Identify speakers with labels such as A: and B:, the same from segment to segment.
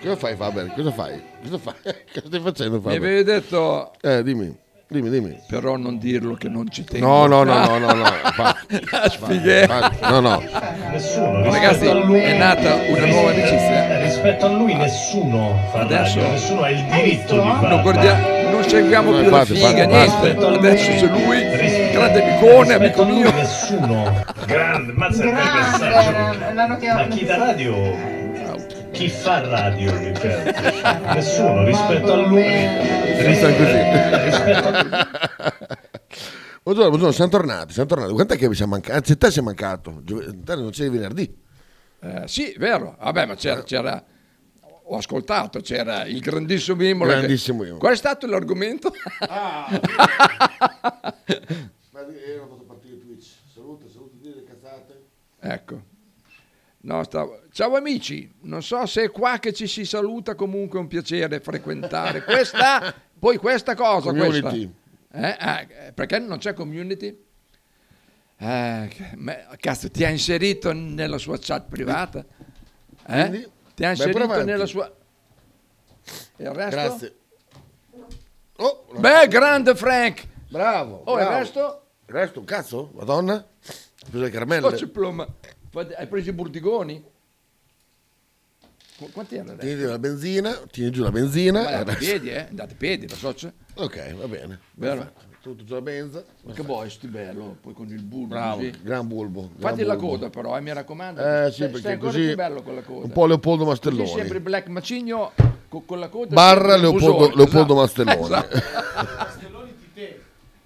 A: Cosa fai Faber? Cosa fai? Cosa fai? Cosa stai facendo
B: Mi
A: Faber?
B: avevi detto,
A: Eh, dimmi, dimmi, dimmi.
B: però non dirlo che non ci
A: No,
B: tengo.
A: no, no, no, no, no. Fa-
B: La sfighe.
A: fa- no, no.
C: Nessuno.
B: Ragazzi,
C: rispetto a lui- eh,
B: è nata una nuova amicizia.
C: Rispetto a lui nessuno fa
B: Adesso-
C: radio, nessuno ha il diritto di farlo.
B: Non, guardia- non seguiamo
A: No,
B: più la
A: infatti,
B: figa,
A: infatti,
B: niente.
C: Rispetto a lui-
B: Adesso c'è lui,
C: Rispetto-
B: grande piccone, amico
C: rispetto a lui
B: mio.
C: Nessuno. Grande, mazza che bel
D: Grande,
E: eh,
D: era- l'hanno
C: messaggio. Ma
D: chiamato-
C: chi da radio? Chi fa radio? Riccardo? nessuno rispetto a lui.
A: Iniziano così. Buongiorno, buongiorno, siamo tornati, siamo tornati. Quant'è che vi siamo mancati? Anzi, te sei mancato. Giove- Te non c'eri venerdì.
B: Eh, sì, vero. Vabbè, ma c'era, c'era- ho ascoltato, c'era il grandissimo Imola. che-
A: Grandissimo Imola.
B: Qual è stato l'argomento?
A: Ma io ho fatto partire Twitch. Saluta, saluta, dire cazzate.
B: ecco. No, stavo- Ciao amici, non so se è qua che ci si saluta, comunque è un piacere frequentare questa, poi questa cosa. questa.
A: Community.
B: Eh, ah, eh, perché non c'è community? Eh, che- ma- cazzo, ti ha inserito nella sua chat privata? Eh?
A: Quindi?
B: ti ha
A: Vai pure
B: inserito
A: avanti.
B: nella sua... E il resto?
A: Grazie. Oh, no.
B: Beh, grande Frank!
A: bravo.
B: Oh,
A: bravo.
B: il resto?
A: Il resto, un cazzo? Madonna? Ho preso le caramelle.
B: Oh, c'è pluma. Fate- Hai preso i burdigoni? Qu- Quanti erano? adesso?
A: Tieni giù la benzina, tieni giù la
B: Ma
A: benzina.
B: Andate a piedi, eh? Andate a piedi, la socia.
A: Ok, va bene.
B: Vero.
A: Perfetto. Tutto sulla benza.
B: Ma che boy, sti bello, poi con il bulbo
A: Bravo,
B: così.
A: gran bulbo. gran
B: Fatti la
A: bulbo.
B: coda però, eh, mi raccomando.
A: Eh
B: Sei-
A: sì,
B: sei
A: perché
B: ancora
A: così
B: più bello con la coda.
A: un po' Leopoldo
B: Così
A: Mastelloni.
B: sembri Black Macigno con, con la coda.
A: Barra
B: sembri il
A: Leopoldo,
B: Busoni,
A: Leopoldo
B: esatto.
A: Mastelloni.
B: Esatto.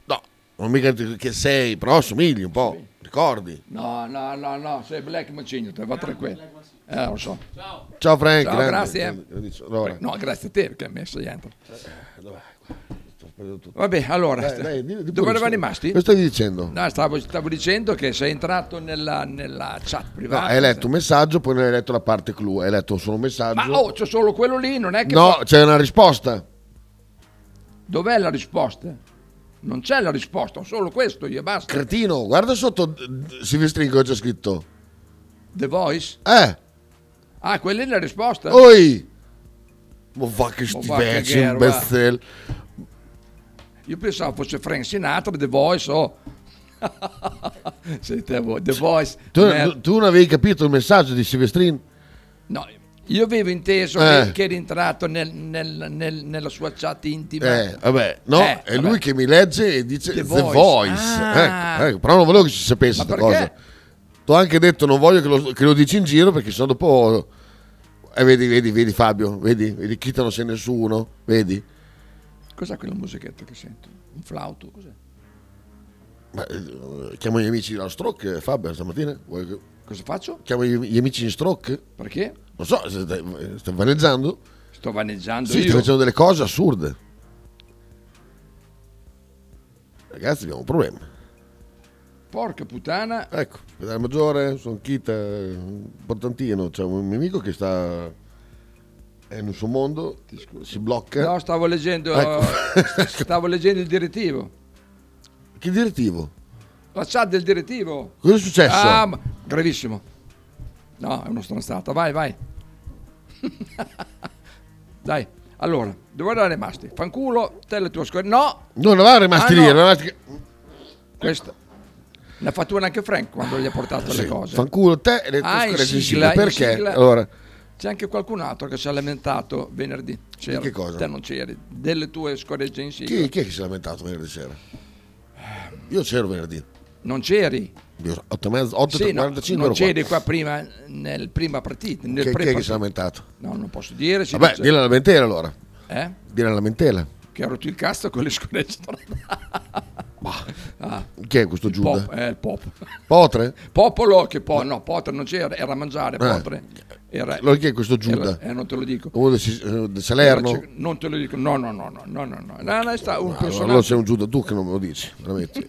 A: No, non mica ti- che sei, però somigli un po', ricordi.
B: No, no, no, no, sei Black Macigno, te va tranquillo. Eh, lo so.
A: Ciao Frank,
B: Ciao,
A: grande,
B: grazie.
A: grande, grandissimo. Allora,
B: No, grazie a te perché mi hai segnato.
A: sto perdendo tutto.
B: Vabbè, allora,
A: Dai, dai, di- di pure,
B: dove eravamo
A: stai-
B: rimasti?
A: Cosa stavi dicendo?
B: No, stavo, stavo dicendo che sei entrato nella, nella chat
A: No,
B: privata.
A: hai letto un messaggio, poi non hai letto la parte clou, hai letto solo un messaggio.
B: Ma oh, c'è solo quello lì, non è che...
A: no, c'è una risposta.
B: Dov'è la risposta? Non c'è la risposta, ho solo questo, io e basta.
A: Cretino, guarda sotto d- d- Silvestrinco che c'è scritto.
B: The Voice?
A: Eh,
B: Ah, quella è la risposta?
A: oi! Ma va che
B: Ma
A: sti
B: va che
A: vecchi,
B: gherba.
A: imbecille.
B: Io pensavo fosse Frank Sinatra, The Voice, oh. Sei te, voi, The Voice.
A: Tu,
B: mer-
A: tu- tu non avevi capito il messaggio di Silvestrin?
B: No, io avevo inteso
A: Eh.
B: che, che eri entrato nel- nel- nel- nella sua chat intima.
A: Eh, vabbè, no,
B: Eh,
A: è
B: vabbè.
A: lui che mi legge e dice The,
B: The
A: Voice.
B: Voice. Ah.
A: Ecco, ecco, però non volevo che si sapesse
B: Ma
A: questa
B: perché?
A: cosa. Tu ho anche detto non voglio che lo, che lo dici in giro perché sennò dopo... Eh, vedi, vedi, vedi Fabio, vedi, vedi, chi te non sei nessuno, vedi.
B: Cos'è quella musichetta che sento? Un flauto, cos'è?
A: Ma, eh, chiamo gli amici della Stroke, eh, Fabio, stamattina. Vuoi che-
B: Cosa faccio?
A: Chiamo gli, gli amici in Stroke?
B: Perché?
A: Non so, se stai, stai vaneggiando?
B: Sto vaneggiando
A: Sì,
B: io.
A: stai facendo delle cose assurde. Ragazzi, abbiamo un problema.
B: Porca puttana.
A: Ecco, pedale maggiore, sono Kita, Portantino, c'è un mio amico che sta è nel suo mondo, si blocca.
B: No, stavo leggendo,
A: Ecco.
B: stavo leggendo il direttivo.
A: Che direttivo?
B: La chat del direttivo.
A: Cosa è successo?
B: Ah, ma- gravissimo. No, è uno stronzata. Vai, vai. Dai, allora, dove erano rimasti? Fanculo, te e le tue scuole. No,
A: non eravamo rimasti
B: Ah,
A: lì,
B: no.
A: eravamo rimasti...
B: questa. Ne ha fatto una anche Frank quando gli ha portato
A: Sì,
B: le cose.
A: fanculo te e le tue
B: Ah, in
A: scorregge
B: sigla, in
A: Perché?
B: sigla.
A: Allora,
B: C'è anche qualcun altro che si è lamentato venerdì. C'era.
A: che cosa?
B: Te non c'eri. Delle tue scorregge in sigla.
A: chi, chi è che si è lamentato venerdì sera? Io c'ero venerdì,
B: Non c'eri.
A: 8 e mezza, 8
B: Sì, no,
A: 45
B: non
A: ero qua.
B: c'eri qua prima nel prima partita. Nel
A: Chi, chi è che si è
B: pre-partita.
A: lamentato?
B: No, non posso dire. si
A: Vabbè,
B: dice-
A: dillo la lamentela allora,
B: eh?
A: dillo la lamentela.
B: Che ha rotto il cazzo con le scorregge.
A: Chi è questo Giuda?
B: Pop, eh, il pop.
A: Potre?
B: Popolo che poi, no, Potter non c'era, era a
A: Eh.
B: mangiare, Potter. Era,
A: Allora chi è questo Giuda?
B: era- eh, non te lo dico.
A: Uno del Sis- eh, del Salerno?
B: Era- Non te lo dico, no, no, no, no, no, no, no, no, no,
A: Ah,
B: sta un
A: Allora
B: personaggio.
A: sei un Giuda, tu che non me lo dici, veramente.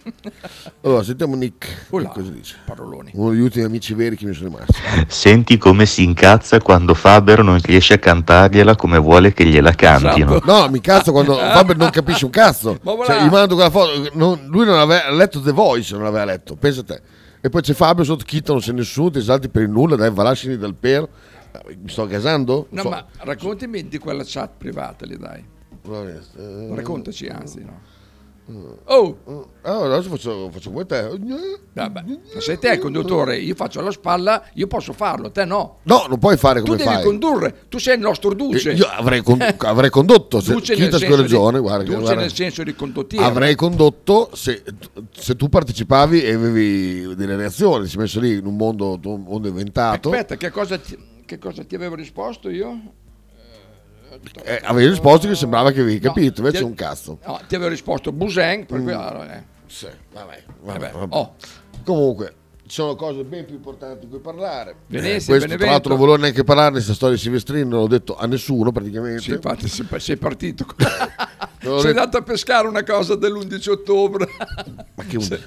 A: allora, sentiamo Nick.
B: Oh là,
A: Cosa dice?
B: Paroloni.
A: Uno degli ultimi amici veri che mi sono rimasti.
F: Senti come si incazza quando Faber non riesce a cantargliela come vuole che gliela cantino.
B: Esatto.
A: No, mi cazzo quando Faber non capisce un cazzo.
B: Ma voilà.
A: Cioè, gli mando quella foto. non- lui non aveva letto The Voice, non l'aveva letto, pensa te. E poi c'è Fabio sotto Chita, non c'è nessuno, ti esalti per il nulla, dai, va lasciali dal per. Mi sto gasando?
B: No,
A: So-
B: ma raccontami di quella chat privata lì, dai.
A: Va bene, eh,
B: Raccontaci, anzi, no. Oh,
A: eh, ah, adesso faccio, faccio come te.
B: vabbè, ma sei te il conduttore, io faccio la spalla, io posso farlo, te no.
A: No, non puoi fare
B: Tu
A: come
B: devi Eh.
A: fai.
B: condurre, tu sei il nostro duce.
A: Io avrei, con- avrei condotto se
B: Duce
A: Chita
B: nel senso di-
A: Scorreggione, guarda,
B: duce
A: guarda.
B: nel senso di condottiero.
A: avrei condotto se, se tu partecipavi e avevi delle reazioni, si è messo lì in un mondo, un mondo inventato,
B: Aspetta, che cosa, ti, che cosa ti avevo risposto io?
A: eh, avevi risposto che sembrava che avevi
B: No,
A: capito, invece
B: ti-
A: un cazzo.
B: No, ti avevo risposto Buseng, per cui- allora, eh,
A: Sì, vabbè,
B: vabbè,
A: Mm. vabbè, vabbè.
B: oh.
A: Comunque, ci sono cose ben più importanti di cui parlare.
B: Venezia,
A: questo,
B: Benevento.
A: tra l'altro, non volevo neanche parlare di questa storia di Silvestrini, non l'ho detto a nessuno praticamente.
B: Sì, infatti sei pa- sei partito. con-
A: L'ho
B: sei
A: detto.
B: andato a pescare una cosa dell'11 ottobre.
A: ma, che un-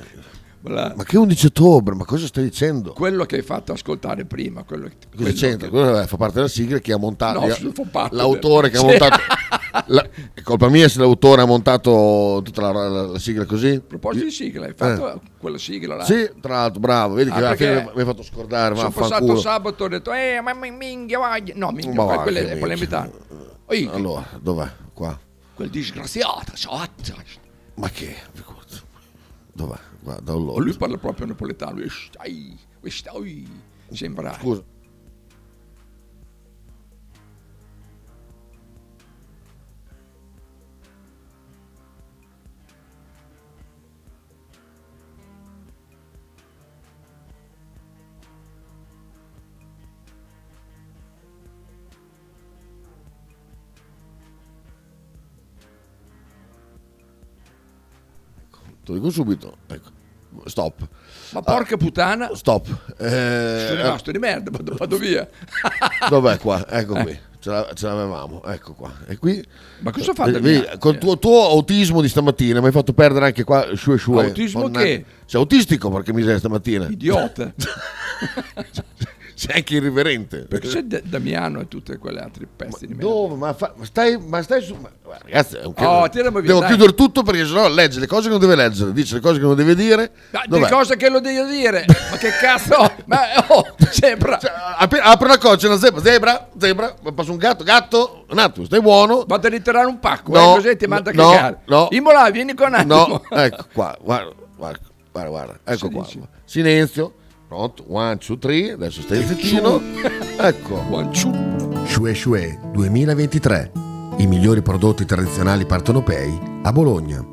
B: Voilà.
A: ma che 11 ottobre, ma cosa stai dicendo?
B: Quello che hai fatto ascoltare prima, quello, che-
A: Cosa
B: quello
A: c'entra?
B: che-
A: Quello fa parte della sigla che ha montato
B: No, fa parte
A: l'autore che
B: del-
A: ha
B: Sì.
A: montato. la- è colpa mia se l'autore ha montato tutta la, la- la sigla così.
B: A proposito di sigla, hai fatto quella sigla là.
A: Eh. Sì, tra l'altro, bravo, vedi che
B: Ah,
A: alla fine
B: perché-
A: mi hai fatto scordare, ma
B: Sono passato
A: affanculo.
B: sabato e ho detto, eh, ma mi- minchia, vai. No, minchia,
A: Ma
B: quella,
A: va,
B: quella
A: che
B: è
A: minchia.
B: calamità. Oi,
A: Allora, dov'è? Qua.
B: quel disgraziato, cioè,
A: Ma che? Dov'è? Qua,
B: Oh,
A: download.
B: lui parla proprio napoletano. eh, stai, eh, stai. Sembra.
A: Scusa. Ecco, Te lo dico subito, ecco. Stop,
B: Ma porca
A: Ah.
B: puttana,
A: stop. Eh,
B: sono rimasto di merda, vado, vado via.
A: Dov'è qua? Ecco
B: Eh.
A: qui. Ce, la- ce l'avevamo, ecco qua. E qui.
B: Ma cosa ho fatto
A: Vedi,
B: a
A: Eh, vedi,
B: Milano?
A: Col tuo, tuo autismo di stamattina mi hai fatto perdere anche qua sue sue.
B: Autismo
A: Mannaggia.
B: che?
A: Sei autistico perché mi sei stamattina.
B: Idiota.
A: Sei anche irriverente.
B: Perché c'è Da- Damiano e tutte quelle altre pezzi di merda.
A: Dove? Ma, fa- ma stai, ma stai su. ma- guarda, ragazzi, è un
B: Oh, tirami via,
A: devo
B: dai.
A: chiudere tutto perché sennò legge le cose che non deve leggere, dice le cose che non deve dire.
B: Ma Ah, di
A: Dov'è?
B: cosa che lo devo dire? Ma che cazzo? Ma oh, sembra.
A: Cioè, apri, apri la coccia, una zebra, zebra, zebra, passa un gatto, gatto, un attimo, stai buono.
B: Vado a ritirare un pacco,
A: No,
B: eh, così ti manda a
A: no,
B: cagare.
A: no.
B: Imola, vieni con un attimo.
A: No, ecco qua, guarda, guarda, guarda, guarda, ecco qua.
B: dici?
A: Silenzio, pronto, one, two, three, adesso stai zittino. Ecco.
B: Guanciù.
D: Shue Shue 2023. I migliori prodotti tradizionali partonopei a Bologna.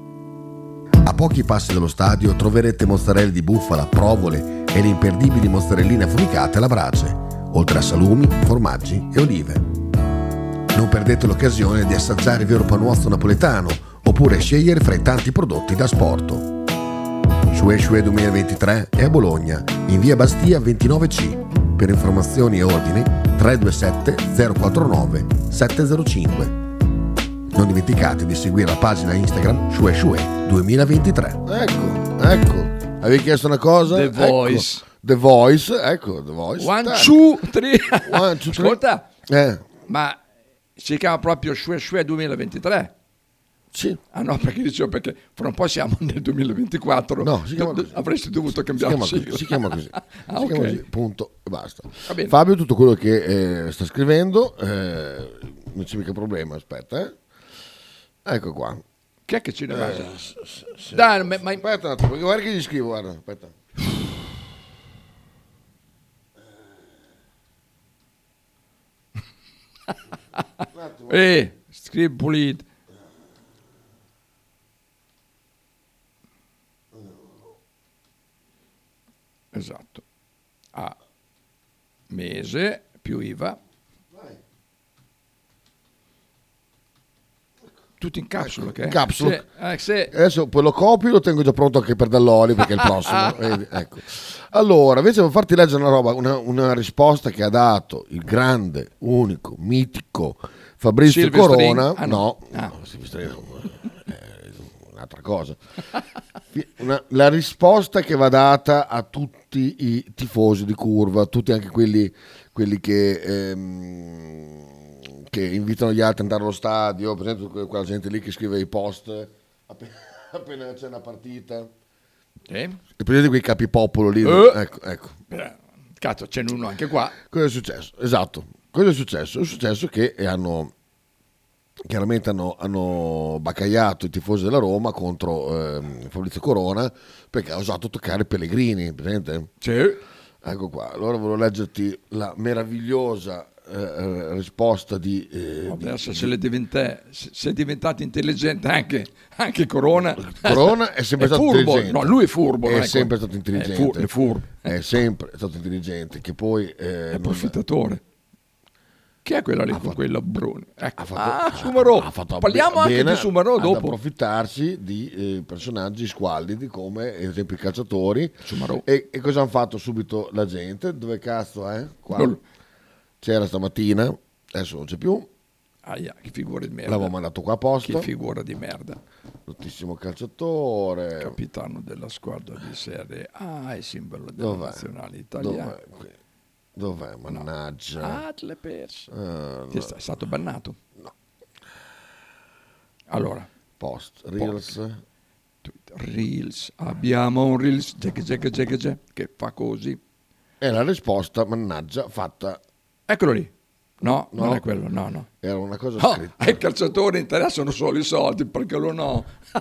D: A pochi passi dallo stadio troverete mozzarella di bufala, provole e le imperdibili mozzarelline affumicate alla brace, oltre a salumi, formaggi e olive. Non perdete l'occasione di assaggiare il vero panuozzo napoletano oppure scegliere fra i tanti prodotti da sporto. Shue Shue 2023 è a Bologna, in via Bastia 29C. Per informazioni e ordine 327 049 705. Non dimenticate di seguire la pagina Instagram Shue Shue 2023.
A: Ecco, ecco. Avevi chiesto una cosa?
B: The
A: Ecco.
B: Voice.
A: The Voice, ecco, The Voice. Tac.
B: Guanciù. Tri-
A: One, two, three.
B: Ascolta,
A: Ah, Eh,
B: ma si chiama proprio Shue Shue 2023.
A: sì.
B: Ah no, perché dicevo perché fra un po' siamo nel 2024.
A: No, si chiama
B: Do- do-
A: così.
B: Avresti dovuto
A: Si
B: cambiare
A: chiama,
B: sigla.
A: così, si chiama così,
B: Ah,
A: Si chiama
B: ok.
A: così, punto e basta.
B: Va bene.
A: Fabio, tutto quello che eh, sta scrivendo, eh, non c'è mica problema. Aspetta, eh. ecco qua.
B: Chi è che ce ne va? Dai, ma, ma-
A: Aspetta un attimo, perché guarda che gli scrivo, guarda, aspetta.
B: eh, scrivi pulito. Esatto. A mese più IVA. Tutto in capsula, che è?
A: in capsula.
B: Se- eh, se-
A: Adesso poi lo copio, lo tengo già pronto anche per Dall'Oli perché è il prossimo. vedi, ecco. Allora, invece devo farti leggere una roba, una, una risposta che ha dato il grande, unico, mitico Fabrizio
B: Silvestrin?
A: Corona.
B: Ah, no.
A: no,
B: Ah.
A: no, Silvestrin è eh, un'altra cosa. Fi- una- la risposta che va data a tutti i tifosi di curva, a tutti anche quelli, quelli che, ehm, che invitano gli altri ad andare allo stadio, per esempio que- quella gente lì che scrive i post appena, appena c'è una partita.
B: Sì.
A: E prendete quei capipopolo lì.
B: Eh.
A: Ecco, ecco.
B: Eh, Cazzo, ce n'è uno anche qua.
A: Cosa è successo? Esatto. Cosa è successo? È successo che eh, hanno chiaramente hanno, hanno baccagliato i tifosi della Roma contro ehm, Fabrizio Corona perché ha osato toccare Pellegrini, presente?
B: Sì.
A: Ecco qua, allora volevo leggerti la meravigliosa eh, eh, risposta di... eh, di-
B: Adesso se, le diventè- se se è diventato intelligente anche, anche Corona.
A: Corona è sempre stato
B: furbo.
A: intelligente.
B: No, lui è furbo.
A: È
B: non
A: sempre
B: Corona.
A: stato intelligente.
B: È, fu- è furbo,
A: È sempre stato intelligente, che poi... eh,
B: è
A: non-
B: approfittatore. Chi è quella lì con quella Bruni? Ecco.
A: ha
B: ah,
A: fatto-
B: Sumarò.
A: ha fatto
B: Parliamo anche
A: bene
B: di Sumarò
A: ad
B: dopo.
A: approfittarsi di eh, personaggi squallidi come ad esempio i calciatori.
B: Sumarò.
A: E, e cosa hanno fatto subito la gente? Dove cazzo è? Qua.
B: Non-
A: C'era stamattina, adesso non c'è più,
B: Aia, che figura di merda.
A: l'avevo mandato qua
B: Eh, Che
A: apposta.
B: figura di merda.
A: Nottissimo calciatore.
B: Capitano della squadra di Serie A e simbolo della
A: Dov'è? Eh.
B: nazionale italiana.
A: Dov'è? Qui. Dov'è? Mannaggia.
B: Ah, te l'hai perso.
A: Ah,
B: Ti sta- È stato bannato. Allora,
A: post, Reels.
B: Twitter, Reels, abbiamo un Reels jack, jack, jack, jack, che fa così.
A: È la risposta, mannaggia, fatta.
B: Eccolo lì. No,
A: No.
B: non è quello, no, no.
A: Era una cosa
B: No,
A: scritta.
B: ai calciatori interessano solo i soldi perché lo no.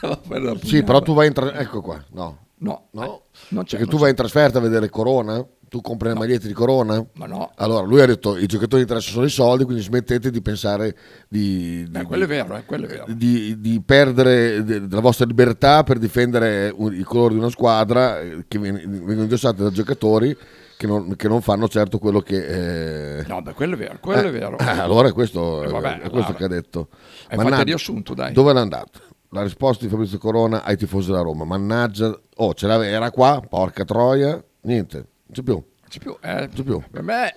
B: Vabbè, la
A: Sì, però tu vai in tra- ecco qua, no.
B: No,
A: No,
B: eh, non c'è.
A: perché
B: non
A: cioè tu vai in trasferta a vedere Corona? Tu compri le magliette di Corona?
B: c'è. Ma no,
A: Allora, lui ha detto i giocatori interessano solo i soldi, quindi smettete di pensare di, di-
B: eh, quello è vero, eh, quello è vero.
A: di- di perdere de- la vostra libertà per difendere un- i colori di una squadra eh, che viene- vengono indossati da giocatori che non, che non fanno certo quello che... eh,
B: No, beh, quello è vero, quello è vero.
A: Ah, allora è questo,
B: Eh, vabbè,
A: è questo
B: allora.
A: che ha detto.
B: Hai fatto
A: Mannaggia,
B: il riassunto, dai.
A: Dove l'ha andata? La risposta di Fabrizio Corona ai tifosi della Roma. Mannaggia, oh, ce l'aveva, era qua, porca troia, niente, non c'è più.
B: Non c'è più, eh.
A: c'è più.
B: Per me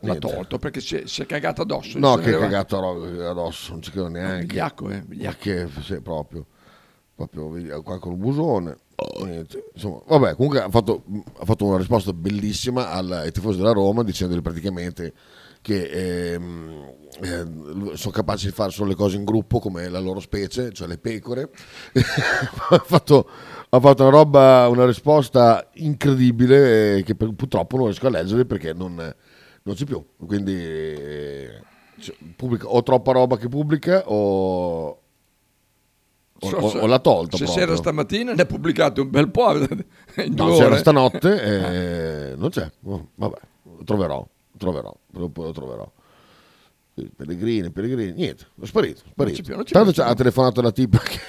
B: l'ha
A: Niente.
B: tolto perché si è, si è cagato addosso.
A: No,
B: Si
A: che
B: aveva-
A: cagato ro- addosso, non ci credo neanche.
B: Vigliacco, eh, vigliacco.
A: Perché sì, proprio, proprio vedi, qua con il busone. niente. Insomma, vabbè, comunque ha fatto, ha fatto una risposta bellissima al, ai tifosi della Roma dicendogli praticamente che ehm, eh, sono capaci di fare solo le cose in gruppo come la loro specie, cioè le pecore. ha, fatto, ha fatto una roba, una risposta incredibile eh, che per- purtroppo non riesco a leggere perché non, non c'è più. Quindi eh, cioè, pubblica, o troppa roba che pubblica o, o,
B: So
A: o-
B: se-
A: o l'ha tolta
B: Se
A: proprio.
B: c'era stamattina ne ha pubblicato un bel po'. in due
A: No, c'era
B: ore.
A: stanotte eh, non c'è. Oh, vabbè, lo troverò, lo troverò, lo, lo troverò. Eh, Pellegrini, Pellegrini, niente, è sparito, è
B: Non c'è
A: sparito.
B: più, non c'è
A: Tanto
B: più.
A: c'ha- ha telefonato la tipa che,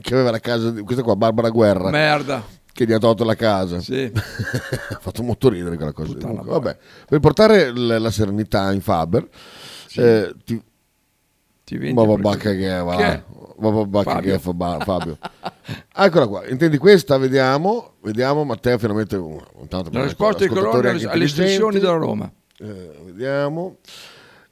A: che aveva la casa, di, questa qua, Barbara Guerra,
B: Merda.
A: che gli ha tolto la casa.
B: Sì.
A: ha fatto molto ridere quella cosa.
B: Puttana
A: Comunque,
B: boia.
A: vabbè, per portare l- la serenità in Faber, eh, ti,
B: Ti vendi
A: ma
B: perché-
A: babà che
B: Chi
A: va
B: è?
A: ma babà
B: Fabio.
A: che fa- ba- Fabio eccola qua intendi questa vediamo vediamo Matteo finalmente un- intanto
B: La risposta di
A: ascoltatori
B: Colonna
A: anche
B: alle estensioni
A: intelligenti.
B: della Roma.
A: Eh, vediamo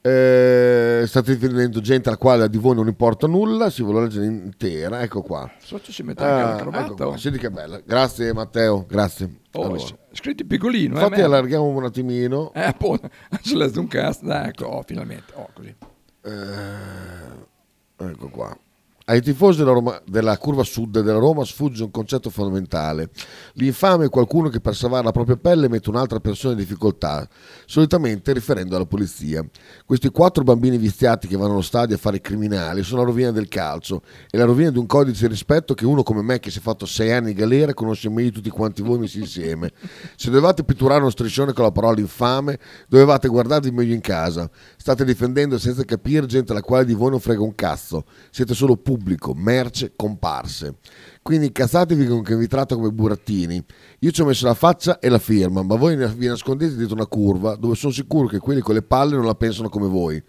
A: Eh, state vedendo gente alla quale di voi non importa nulla si vuole leggere intera ecco qua
B: Sotto si mette anche la
A: Ah,
B: cravatta.
A: ecco qua.
B: oh.
A: senti che bella grazie Matteo grazie
B: Oh,
A: Allora,
B: s- Scritto in piccolino. eh,
A: infatti
B: merda.
A: allarghiamo un attimino
B: Eh, appunto, ha letto un cast, dai, ecco, oh, finalmente, oh, così.
A: Ecco qua. Ai tifosi della, Roma- della curva sud della Roma sfugge un concetto fondamentale. L'infame è qualcuno che per salvare la propria pelle mette un'altra persona in difficoltà, solitamente riferendo alla polizia. Questi quattro bambini viziati che vanno allo stadio a fare i criminali sono la rovina del calcio e la rovina di un codice di rispetto che uno come me che si è fatto sei anni in galera conosce meglio di tutti quanti voi messi insieme. Se dovevate pitturare uno striscione con la parola infame, dovevate guardarvi meglio in casa. State difendendo senza capire gente alla quale di voi non frega un cazzo. Siete solo pubblico, merce, comparse. Quindi incazzatevi con chi vi tratta come burattini. Io ci ho messo la faccia e la firma, ma voi ne- vi nascondete dietro una curva dove sono sicuro che quelli con le palle non la pensano come voi.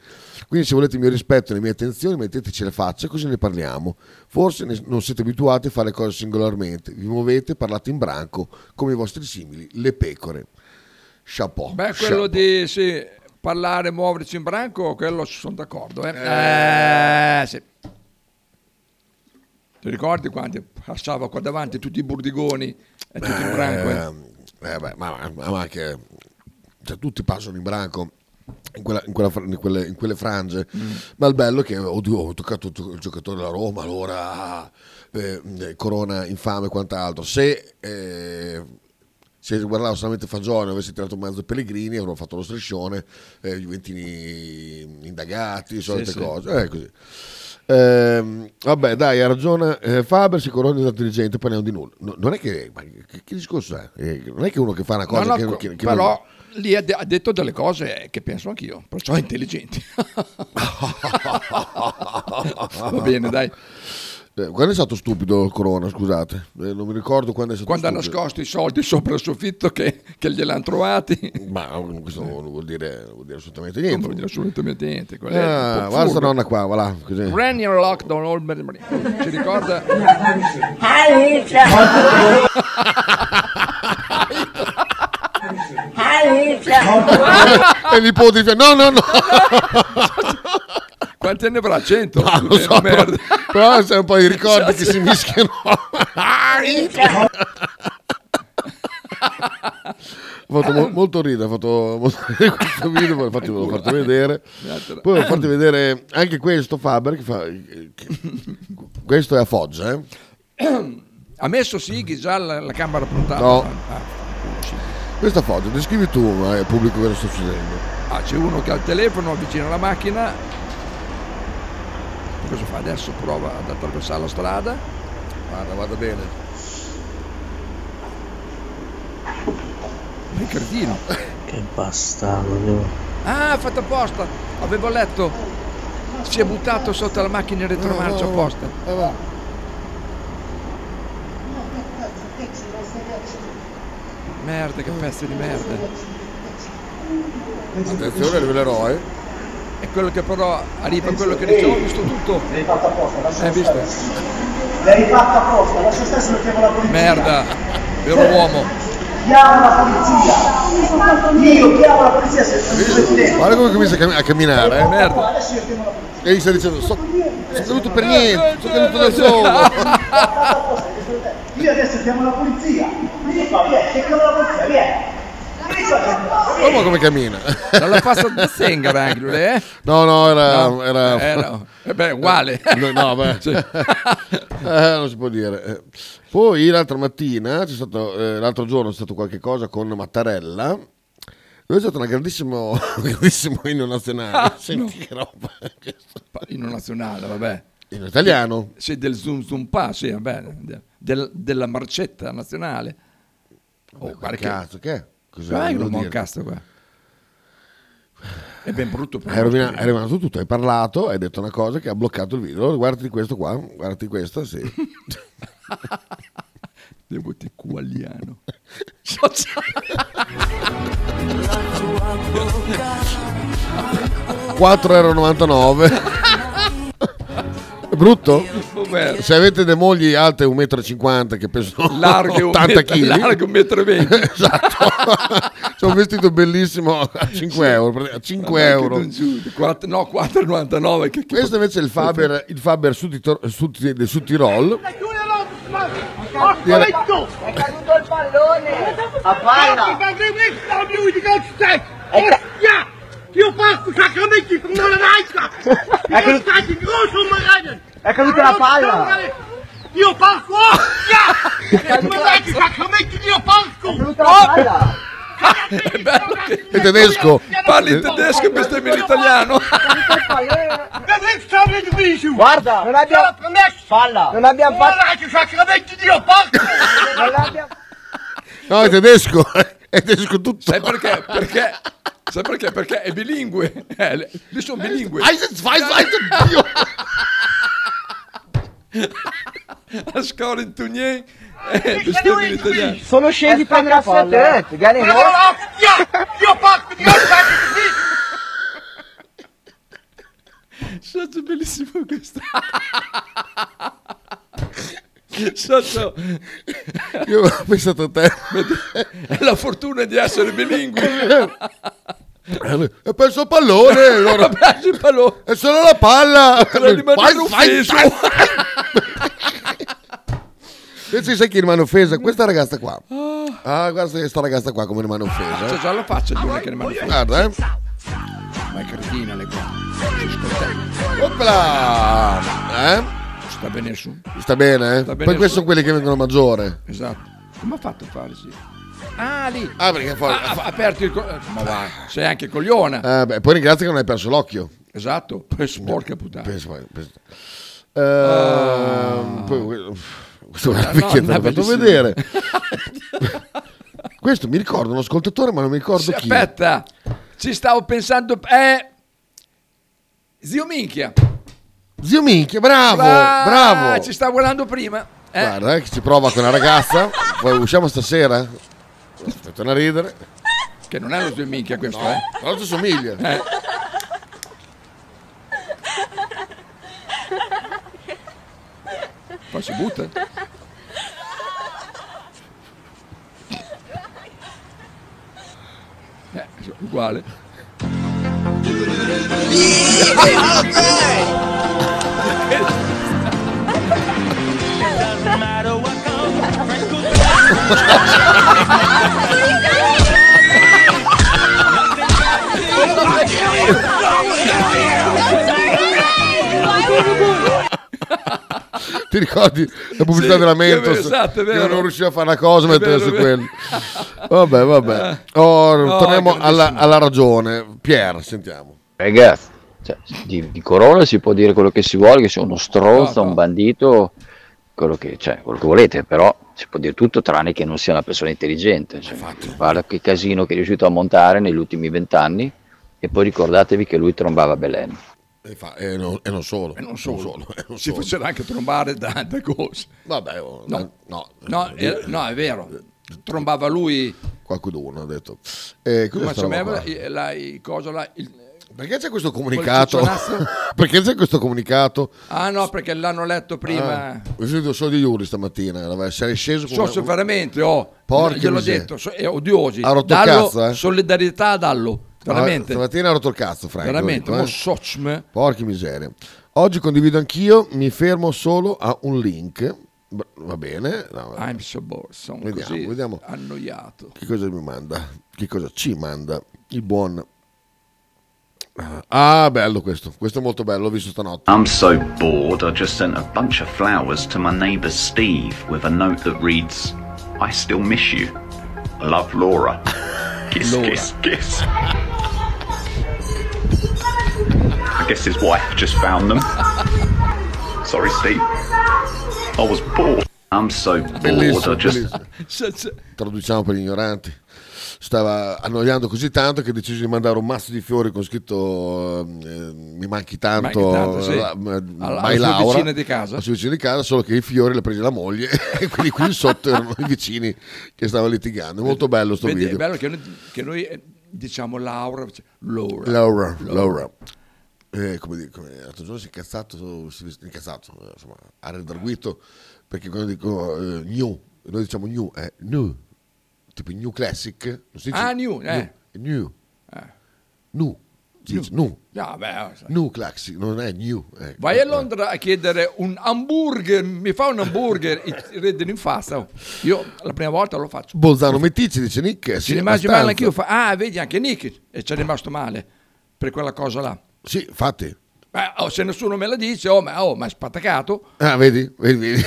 A: Quindi se volete il mio rispetto e le mie attenzioni metteteci le facce così ne parliamo. Forse ne- non siete abituati a fare le cose singolarmente, vi muovete, parlate in branco come i vostri simili, le pecore. Chapeau.
B: Beh, quello
A: chapeau.
B: di sì, parlare, muoverci in branco, quello ci sono d'accordo. Eh. Eh, sì. Ti ricordi quando passava qua davanti tutti i burdigoni e tutti in branco? eh?
A: Eh, eh, beh, ma, ma- ma anche cioè, tutti passano in branco in, quella- in quella fra- in quelle, in quelle frange.
B: Mm.
A: Ma il bello è che oddio, ho toccato to- il giocatore della Roma, allora eh, eh, Corona infame e quant'altro. Se eh, se guardavo solamente Fagione avessi tirato in mezzo Pellegrini avrò fatto lo striscione eh, Juventini indagati solite
B: sì.
A: cose eh, così Ehm, vabbè dai ha ragione eh, Faber sicuramente è intelligente parliamo di nulla No, non è che, ma che, che discorso è Eh, non è che uno che fa una cosa
B: No, no,
A: che,
B: co-
A: che- che-
B: però lì ha, de- ha detto delle cose che penso anch'io, perciò è intelligente. Va bene, dai.
A: Eh, quando è stato stupido il Corona scusate Eh, non mi ricordo quando è stato
B: Quando ha
A: stupido.
B: nascosto i soldi sopra il soffitto che, che gliel'hanno trovati.
A: Ma um, questo non vuol dire, non vuol dire assolutamente niente.
B: Eh. Non voglio dire assolutamente niente. quello è un
A: Ah,
B: po'
A: guarda sta
B: furbo.
A: nonna qua, voilà, così.
B: Brenny and Lockdown Old Ci ricorda?
G: Alicia! Alicia!
A: e il nipote dice no, no, no,
B: Quanti anni avrà? Eh, 100?
A: Ah, lo so, però, però c'è un po' di ricordi che si mischiano.
G: Alicia!
A: ho fatto mo- molto ridere, ho fatto molto ridere questo video, infatti ve l'ho fatto vedere. Poi ve l'ho fatto vedere anche questo Faber, che fa, che- questo è a Foggia, eh.
B: Ha messo Sighi già la, la camera prontata?
A: No.
B: Ah,
A: Questo è a Foggia, descrivi tu al pubblico cosa sta succedendo.
B: ah, c'è uno che ha il telefono vicino alla macchina. Cosa fa adesso? Prova ad attraversare la strada.
A: Guarda, guarda bene.
B: Riccardino.
H: Che bastardo.
B: Ah, ha fatto apposta. Avevo letto. Si è buttato sotto la macchina in retromarcia apposta.
A: Eh, va.
B: Merda, che pezzo di merda.
A: Attenzione, rivelerò,
B: È quello che però arriva a quello che dice, ho visto tutto.
C: L'hai fatta apposta, lascia
B: Hai visto?
C: L'hai fatta apposta, lascia stare se lo chiamo la polizia.
B: Merda, vero uomo.
C: Chiamo la polizia. Io chiamo la polizia se sono dentro.
A: Guarda come comincia a cammi- a camminare, eh.
B: Merda.
C: Adesso io chiamo la polizia.
A: E gli sta dicendo, "So- sono caduto per niente, sono caduto da solo.
C: Io adesso chiamo la polizia. Cosa fa? Vieni, che chiamo la polizia, vieni. Che cosa fa?
B: Oh,
A: Guarda come cammina.
B: Non la passa da zingara anche lui, eh?
A: No, no, era...
B: No.
A: Ah, era-
B: Eh, no. Eh, beh, uguale.
A: No, no, beh.
B: Sì.
A: Eh, non si può dire. Eh. Poi l'altra mattina, c'è stato, eh, l'altro giorno c'è stato qualche cosa con Mattarella. Dove è stato un grandissimo, un grandissimo inno
B: Ah,
A: nazionale. Senti che roba.
B: Inno nazionale, vabbè.
A: In italiano.
B: Sì, del zoom zoom pa, sì, vabbè. De- del- della marcetta nazionale. Oh, guarda
A: Che
B: che...
A: cazzo, che è? Cos'è?
B: Vai,
A: Devo
B: un buon
A: dire.
B: cazzo qua. È ben brutto per
A: Hai
B: noi.
A: rovina- hai rovinato tutto, hai parlato, hai detto una cosa che ha bloccato il video. Allora, Guardati questo qua, guardati questo, sì.
B: Devo te quagliano.
A: A 4,99€. È brutto?
B: Vabbè.
A: Se avete delle mogli alte 1,50 m che pesano
B: Larghe un
A: 80
B: metro-
A: kg.
B: larghe un metro e venti.
A: Esatto. C'è un vestito bellissimo a 5 euro. A 5
B: Anche
A: euro.
B: d'un giù, quatt- no, 4,99. Che, che-
A: Questo invece è il Faber, il Faber Sud, di Tor- Sud- del Sud Tirol. Dire-
G: È caduto il pallone! A palla!
C: È caduta la palla.
B: è bello che
A: È tedesco.
B: parli in tedesco e bestemmi in italiano.
I: Guarda, non abbiamo falla. Non abbiamo fatto non l'abbiamo
A: No, è tedesco. È tedesco tutto.
B: Sai perché? Perché? Sai perché? Perché è bilingue. Eh, le- lì sono bilingue.
A: Eisen, Zweig, Zweig, Dio.
B: A scuola in Tunier. Eh, bestemmi in italiano.
I: Sono scesi per la eh, palla. Galeno.
B: Sciaccio, bellissimo questo. Sciaccio,
A: Io ho pensato a te.
B: è la fortuna di essere bilingue.
A: E penso al pallone. allora.
B: Piace il pallone.
A: È solo la palla.
B: Quello rimane
A: Vai,
B: un
A: vai,
B: offeso.
A: vai. Invece sai chi rimane offesa? Questa ragazza qua. Ah, guarda questa ragazza qua come rimane offesa.
B: C'è
A: eh.
B: già la faccia di una che rimane fuori.
A: Guarda, eh.
B: Ma è cretina le qua.
A: Opla! Eh?
B: Sta bene su.
A: Sta bene, eh?
B: Sta bene,
A: Poi
B: sì.
A: questi sono quelli che vengono maggiore.
B: Esatto. Come ha fatto a fare sì? Ah, lì.
A: Ah, perché fuori-
B: Ah, ha aperto il... co- Ma va, sei anche cogliona.
A: Eh, beh, poi ringrazio che non hai perso l'occhio.
B: Esatto. Poi Sporca puttana.
A: Penso- penso- Ehm, poi- questo me l'ha
B: Madonna,
A: picchiato, l'ho fatto
B: bellissimo.
A: vedere. questo mi ricordo un ascoltatore, ma non mi ricordo chi.
B: Aspetta, ci stavo pensando... Eh... Zio Minchia.
A: Zio Minchia, bravo,
B: Ah,
A: bravo.
B: Ci stavo guardando prima. Eh,
A: Guarda, eh, che ci prova con una ragazza. Poi usciamo stasera. Torna a ridere.
B: Che non è lo Zio Minchia questo, eh.
A: Tra l'altro somiglia.
B: Poi si butta. Eh, uguale.
A: Ti ricordi la pubblicità
B: Sì,
A: della
B: è
A: Mentos?
B: vero, esatto, è
A: Io
B: vero.
A: non riuscivo a fare una cosa mettere
B: vero,
A: su
B: è vero. Eh.
A: quelli. Vabbè, vabbè. Oh,
B: no,
A: torniamo
B: è
A: alla, alla ragione. Pier, sentiamo.
J: Ragazzi, cioè, di, di Corona si può dire quello che si vuole, che sia uno stronzo,
B: No, no.
J: un bandito, quello che, cioè, quello che volete, però si può dire tutto tranne che non sia una persona intelligente. Cioè, guarda che casino che è riuscito a montare negli ultimi vent'anni e poi ricordatevi che lui trombava Belen.
A: E, fa- e non, e non solo.
B: E eh, non solo.
A: e non
B: si
A: solo.
B: faceva anche trombare da, da cose.
A: Vabbè, oh,
B: No.
A: no,
B: No, eh, no, è vero. Trombava lui,
A: qualcuno ha detto. Eh, cosa
B: come
A: stavamo
B: chiamava,
A: qua?
B: eh, la, il- cosa, la- il-
A: Perché c'è questo comunicato?
B: Quel ciccionazzo?
A: Perché c'è questo comunicato?
B: ah no, perché l'hanno letto prima.
A: Ah, ho sentito solo di Iuri stamattina. vabbè, Sarei sceso con
B: So se veramente, oh,
A: Porca
B: gliel'ho
A: miseria.
B: detto, so- è odiosi.
A: Ha rotto il
B: Dallo,
A: cazzo, eh.
B: solidarietà a Dallo,
A: Ah,
B: veramente.
A: Stamattina ha rotto il cazzo, Franco.
B: veramente,
A: ho detto,
B: mo
A: eh.
B: socm.
A: Porca miseria. Oggi condivido anch'io, mi fermo solo a un link. B- Va bene. no,
B: I'm so bored, sono
A: Vediamo,
B: così
A: vediamo.
B: annoiato.
A: Che cosa mi manda? Che cosa ci manda il buon... Ah, bello questo. Questo è molto bello, l'ho visto stanotte.
K: I'm so bored, I just sent a bunch of flowers to my neighbour Steve with a note that reads, I still miss you. Love Laura. Kiss,
B: Laura.
K: kiss, kiss. I guess his wife just found them. Sorry, Steve. I was bored. I'm so bored,
A: Bellissimo,
K: I just
A: bellissimo.
B: Se- se-
A: Traduciamo per gli ignoranti. Stava annoiando così tanto che ha deciso di mandare un mazzo di fiori con scritto eh, mi manchi tanto,
B: Manchi tanto, sì.
A: la- ma-
B: Alla-
A: mai
B: alla sua
A: Laura.
B: vicina di casa.
A: Alla sua vicina di casa, solo che i fiori li ha presi la moglie e quindi qui sotto erano i vicini che stavano litigando. È molto bello sto
B: vedi, è
A: video.
B: bello che noi, che noi, eh, diciamo Laura, cioè, Laura.
A: Laura, Laura. Eh, come dire, come- l'altro giorno si è incazzato, si è incazzato, eh, insomma, ha redarguito perché quando dico eh, new, noi diciamo new, è new, tipo new classic, non si dice
B: Ah, new, eh.
A: new, new, new, si dice new,
B: No, beh, sai.
A: new classic, non è new. eh.
B: Vai a Londra a chiedere un hamburger, mi fa un hamburger, e ridono in faccia. Io la prima volta lo faccio.
A: Bolzano Meticci dice Nick, eh,
B: Ci rimasi male anch'io, fa, ah vedi anche Nick, e ci è rimasto male per quella cosa là.
A: Sì, infatti.
B: Beh, oh, se nessuno me la dice, oh ma, oh, ma è spatacato,
A: Ah, vedi, vedi, vedi.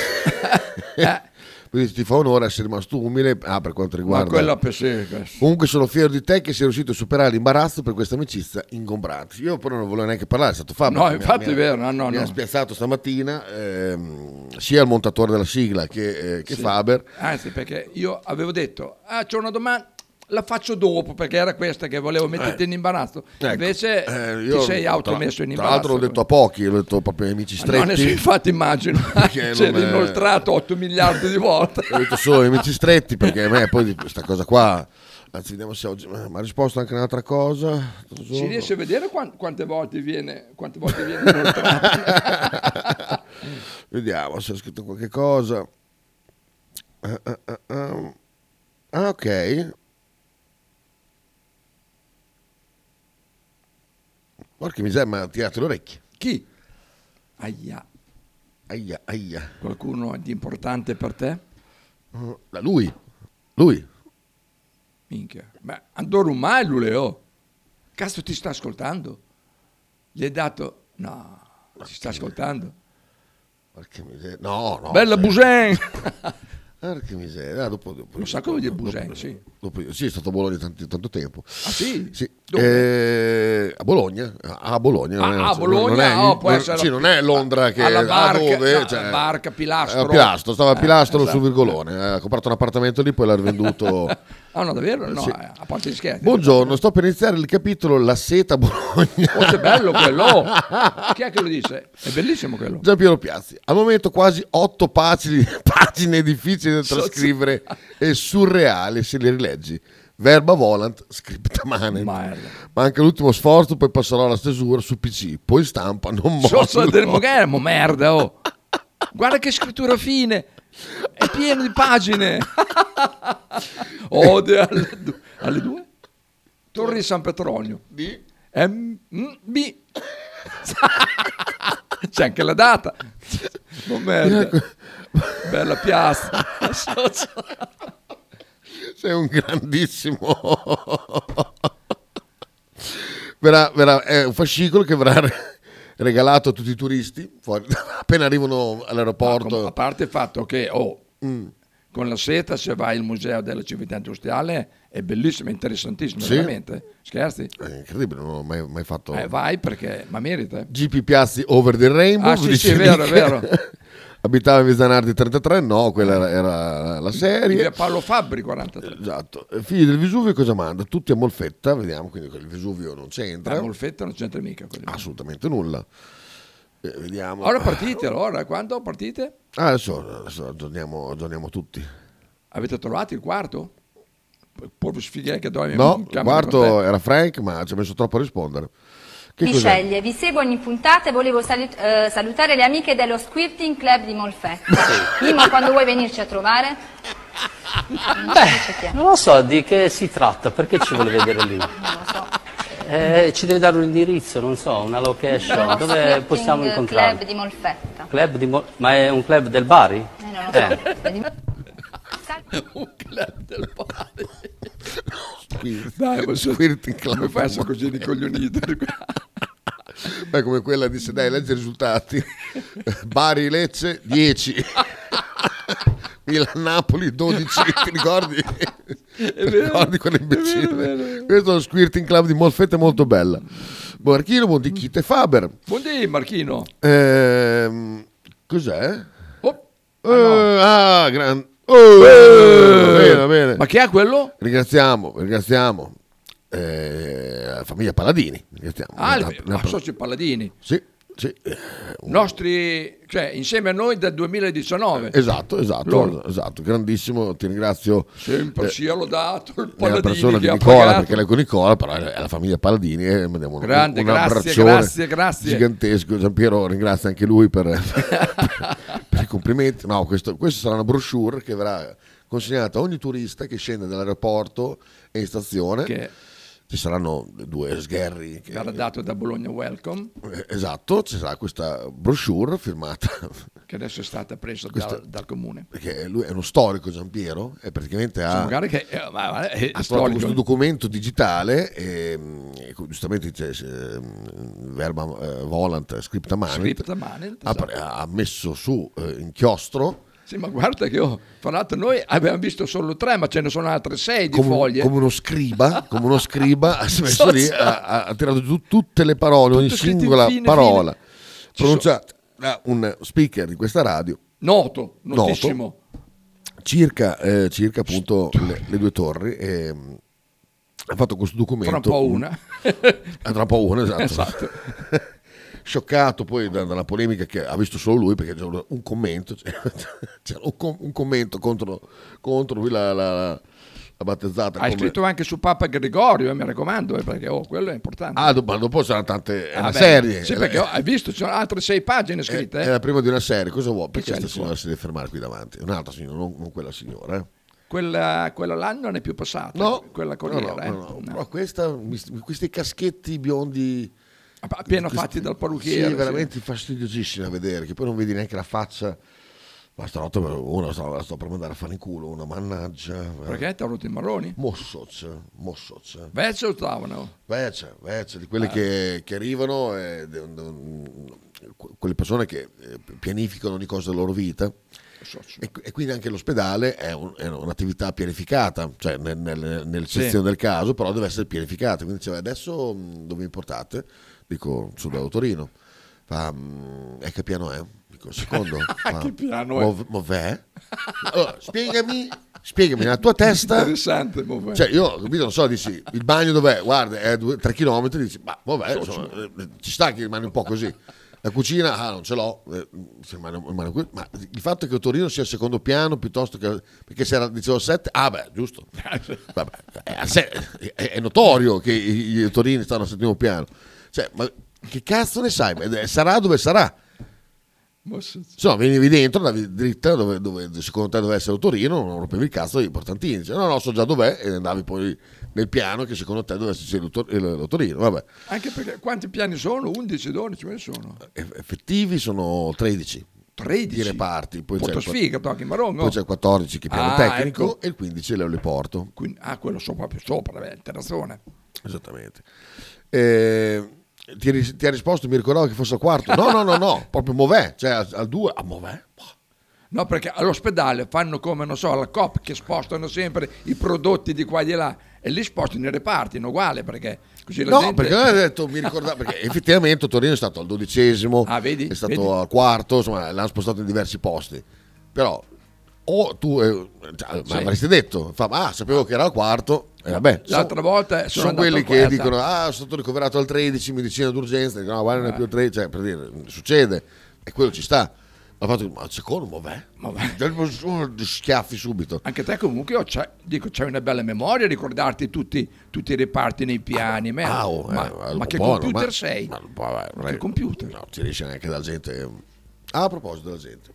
B: eh,
A: Quindi ti fa onore essere rimasto umile, ah, per quanto
B: ma
A: riguarda...
B: quella per sé,
A: Comunque sono fiero di te che sei riuscito a superare l'imbarazzo per questa amicizia ingombrante. Io però non volevo neanche parlare, è stato Fabio.
B: No,
A: che mi ha-
B: infatti
A: mi ha-
B: è vero, no, no,
A: Mi ha
B: no.
A: spiazzato stamattina ehm, sia il montatore della sigla che, eh, che Faber.
B: Anzi, perché io avevo detto, ah, c'è una domanda, la faccio dopo perché era questa che volevo metterti in imbarazzo.
A: Ecco,
B: Invece
A: eh,
B: ti
A: io
B: sei
A: tra-
B: automesso in imbarazzo.
A: Tra l'altro l'ho detto a pochi, l'ho detto proprio ai amici
B: Ma no,
A: stretti.
B: adesso infatti immagino,
A: Perché
B: c'è
A: non è-
B: inoltrato 8 miliardi di volte.
A: Ho detto solo agli amici stretti perché a me poi di questa cosa qua... Anzi, vediamo se oggi... Ma ha risposto anche un'altra cosa.
B: Si riesce a vedere quan- quante volte viene, quante volte viene inoltrato?
A: Vediamo se ho scritto qualche cosa. Ah, ah, ah, ah. Ah, ok. Porca miseria, mi ha tirato le orecchie.
B: Chi? Aia,
A: Aia, aia.
B: qualcuno di importante per te?
A: Da lui, lui.
B: Minchia. Ma Andorra un mallule, oh. Cazzo ti sta ascoltando? Gli hai dato... No, ti sta ascoltando.
A: Porca miseria. No, no.
B: Bella
A: cioè,
B: Busen!
A: Guarda che miseria. Ah, dopo, dopo,
B: Un sacco di Busen, sì.
A: dopo io- sì, è stato a Bologna tanti- tanto tempo. Ah
B: sì?
A: Eh, a Bologna. A Bologna. non
B: Ah,
A: è-
B: a
A: non-
B: Bologna,
A: non è,
B: oh, può
A: non-
B: essere
A: sì,
B: la-
A: non è Londra che...
B: alla barca,
A: a dove?
B: no,
A: cioè,
B: barca, Pilastro.
A: a Pilastro, stava a
B: Eh,
A: Pilastro
B: esatto.
A: sul Virgolone. eh, Ha comprato un appartamento lì, poi l'ha rivenduto...
B: Ah, no, davvero? No,
A: Sì.
B: eh, a parte gli scherzi.
A: Buongiorno, sto per iniziare il capitolo La seta a Bologna.
B: Oh, che bello quello! Chi è che lo dice? È bellissimo quello.
A: Giampiero Piazzi, al momento quasi otto pagine, pagine difficili da trascrivere e surreali se le rileggi. Verba volant, scripta mane. Manca l'ultimo sforzo, poi passerò alla stesura su PC, poi stampa, non
B: Sosa del
A: mollo.
B: Moghermo, merda, oh. Guarda che scrittura fine. È pieno di pagine. Ode alle, du- alle due? Torri di San Petronio.
A: Di?
B: MB. C'è anche la data. Oh, merda.
A: Ecco.
B: Bella piazza.
A: Sei un grandissimo... Verrà- verrà- è un fascicolo che verrà re- regalato a tutti i turisti fuori- appena arrivano all'aeroporto.
B: A parte il fatto che, oh,
A: Mm.
B: con la seta se vai al museo della civiltà industriale è bellissimo, è interessantissimo,
A: Sì. Oh.
B: veramente. Scherzi?
A: È Eh, incredibile, non ho mai, mai fatto...
B: Eh, vai perché, ma merita.
A: GP Piazzi over the rainbow.
B: Ah,
A: vi
B: sì,
A: dice
B: sì, è vero,
A: Nick.
B: è vero. Eh.
A: Abitava in Visanardi 33, no, quella era- era la
B: Via
A: serie.
B: Paolo Fabbri 43.
A: Esatto. Figli del Vesuvio cosa manda? Tutti a Molfetta, vediamo, quindi il Vesuvio non c'entra.
B: La Ah, Molfetta non c'entra mica. quello.
A: Ah, Assolutamente nulla. Eh, vediamo.
B: Ora partite, allora, quando partite?
A: Ah, adesso, adesso aggiorniamo, aggiorniamo tutti.
B: Eh, Avete trovato il quarto? Può sfidare che dorme
A: No,
B: in camera con
A: quarto
B: te.
A: era Frank, ma ci ha messo troppo a rispondere. Che
L: Vi
A: cos'è?
L: sceglie, vi seguo ogni puntata e volevo salu- eh, salutare le amiche dello Squirting Club di Molfetta. Prima quando vuoi venirci a trovare? Non ci dice chi è.
H: Non lo so di che si tratta, perché ci vuole vedere lì? Eh, ci deve dare un indirizzo, non so, una
L: Lo
H: location, dove
L: Squirting
H: possiamo
L: Club
H: incontrarlo.
L: di Molfetta.
H: Club di Mo- ma è un club del Bari?
L: Eh, non lo
H: Eh.
L: so. Vedi-
B: Un club del padre.
A: Squirt-
B: Dai, Eh, ma so-
A: Squirting Club.
B: Come fai a essere così ricoglionito?
A: Beh, come quella disse, dai, leggi i risultati. Bari Lecce 10. Milan Napoli 12, ti ricordi? Ti
B: vero,
A: ricordi quell'imbecille?
B: è vero, è vero.
A: Questo è lo squirting club di Molfetta molto bella. Buonarchino, buon di Chita e Faber.
B: Buondì, Marchino.
A: Ehm, cos'è?
B: Oh,
A: Eh, ah, gran-
B: Eh,
A: oh, bene, bene. Eh,
B: Ma chi è quello?
A: Ringraziamo, ringraziamo eh, la famiglia Paladini. Ringraziamo.
B: Ah,
A: La-
B: il-
A: la-
B: ah, soci Palladini.
A: sì, sì, eh,
B: Nostri, cioè, insieme a noi dal 2019.
A: Esatto, esatto,
B: Loro.
A: esatto, grandissimo, ti ringrazio.
B: Sempre
A: eh,
B: sia lodato il
A: nella
B: Palladini
A: persona
B: che
A: di
B: ha
A: Nicola,
B: pagato.
A: perché lei con Nicola, però è la famiglia Paladini e mandiamo un,
B: Grande,
A: un
B: grazie,
A: abbraccione
B: grazie, grazie.
A: gigantesco. Giampiero ringrazia anche lui per, per i complimenti. No, questo, questa sarà una brochure che verrà consegnata a ogni turista che scende dall'aeroporto e in stazione.
B: Che-
A: Ci saranno due sgherri. che-
B: Era dato da Bologna Welcome,
A: eh, esatto, ci sarà questa brochure firmata.
B: che adesso è stata presa dal-
A: Questo-
B: dal comune.
A: Perché lui è uno storico Giampiero e praticamente ha...
B: Sì, magari che eh, ma- ma- è
A: Ah. ha trovato
B: storico.
A: questo documento digitale e, mm, e co- giustamente c'è, c'è, mm, verba eh, volant scripta manent
B: Scripta esatto. manent,
A: ha, Ah, pre- ha messo su eh, inchiostro
B: Sì, ma guarda che ho tra l'altro noi abbiamo visto solo tre, ma ce ne sono altre sei di
A: come,
B: foglie.
A: come uno scriba come uno scriba ha si è messo lì ha, ha- ha tirato giù tutte le parole ogni
B: scritto in
A: singola
B: fine,
A: parola
B: Ci sono-
A: pronunciata da un speaker di questa radio
B: Noto, notissimo.
A: circa, eh, circa appunto le, le due torri e, mm, ha fatto questo documento
B: Fra un po' una.
A: Ah, tra poco uno, esatto.
B: Esatto.
A: Scioccato poi da- dalla polemica che ha visto solo lui, perché c'era un commento, cioè, c'era un, com- un commento contro, contro lui la, la- la battezzata.
B: Hai
A: come-
B: scritto anche su Papa Gregorio, eh, mi raccomando, eh, perché oh, quello è importante.
A: Ah, dopo, dopo c'erano tante... È
B: Ah,
A: una
B: beh,
A: serie.
B: Sì,
A: è-
B: perché oh, hai visto, ci sono altre sei pagine
A: è,
B: scritte. eh.
A: è la prima di una serie. Cosa vuoi? Perché
B: c'è
A: questa
B: di
A: signora si deve fermare qui davanti? Un'altra signora, non, non quella signora. eh.
B: Quella, quella là non è più passata.
A: No,
B: quella
A: No,
B: corriera.
A: no,
B: eh.
A: no, no, Però questa, mi- questi caschetti biondi...
B: Appena
A: Questi-
B: fatti dal parrucchiere.
A: Sì, veramente fastidiosissimi da vedere, che poi non vedi neanche la faccia. Ma stanotte una la sto, la sto per mandare a fare in culo, una mannaggia.
B: Perché ti ha rotto i marroni?
A: Mossoc, mossoc.
B: Vecchio o tavano?
A: Veccia, veccia, di quelle
B: Ah.
A: che, che arrivano, eh, de- de- que- quelle persone che eh, pianificano ogni cosa della loro vita E, qui- e quindi anche l'ospedale è, un- è un'attività pianificata, cioè nel, nel- nell'eccezione
B: Sì.
A: del caso, però deve essere pianificata. Quindi diceva, adesso mh, dove mi portate? Dico, sul Lago Torino. Fa, "Mh, e che piano è? Dico, secondo. Fa,
B: Che piano è?
A: "Mov- Mov'è? Allora, spiegami, spiegami nella tua testa.
B: Interessante, boh, eh. mov'è.
A: Cioè, io capito, non so, dici il bagno dov'è? Guarda, è a 3 km, dici, ma vabbè, insomma, eh, ci sta che rimane un po' così. La cucina, ah, non ce l'ho, eh, se rimane- rimane qui. ma il fatto che Torino sia al secondo piano piuttosto che. perché se era dicevo 7, ah beh, giusto. Vabbè, è, a se- è- è notorio che i, i Torini stanno al settimo piano. Cioè, ma che cazzo ne sai? Ma, eh, Sarà dove sarà?
B: Boh,
A: Insomma, venivi dentro, andavi dritta dove, dove secondo te doveva essere Torino, non rompevi il cazzo dei portantini. Dice, no, no, so già dov'è, e andavi poi nel piano che secondo te doveva essere il Tor- il- lo Torino. Vabbè,
B: Anche perché quanti piani sono? 11, 12, ce ne sono.
A: E- effettivi sono 13.
B: 13?
A: Di reparti. Poi
B: Molto
A: c'è, il quatt-
B: sfiga, tocchi oh. marongo.
A: poi c'è il 14 che è piano
B: Ah,
A: tecnico
B: ecco.
A: e il 15 è l'Euliporto.
B: Quindi- ah, quello sopra, più sopra, beh, il terrazzone.
A: Esattamente. Eh, ti, ri- ti ha risposto, mi ricordavo che fosse al quarto. No, no, no, no, proprio Movè, cioè al- al 2, a Movè.
B: No, perché all'ospedale fanno come, non so, la COP che spostano sempre i prodotti di qua e di là e li spostano in reparti, in uguale, perché così la
A: No,
B: gente...
A: perché non hai detto, mi ricordavo, perché effettivamente Torino è stato al dodicesimo,
B: Ah,
A: è stato al quarto, insomma l'hanno spostato in diversi posti. Però o tu eh, cioè,
B: Sì.
A: ma avresti detto, fa, ah, sapevo che era al quarto, e vabbè.
B: L'altra volta sono
A: sono
B: andato
A: quelli
B: al
A: che
B: quarto.
A: dicono, ah, sono stato ricoverato al 13, medicina d'urgenza, dicono, no, guarda, non è più al 13, cioè, per dire, succede, e quello ci sta. Ma fatto, ma al secondo, vabbè, vabbè. schiaffi subito.
B: Anche te comunque, io c'è- dico, c'hai una bella memoria a ricordarti tutti, tutti i reparti nei piani, ma,
A: oh,
B: ma-
A: eh,
B: ma
A: allora,
B: che
A: buono,
B: computer
A: ma-
B: sei?
A: ma- vabbè,
B: che computer?
A: eh, No, ci riesce neanche dalla gente. Ah, a proposito della gente.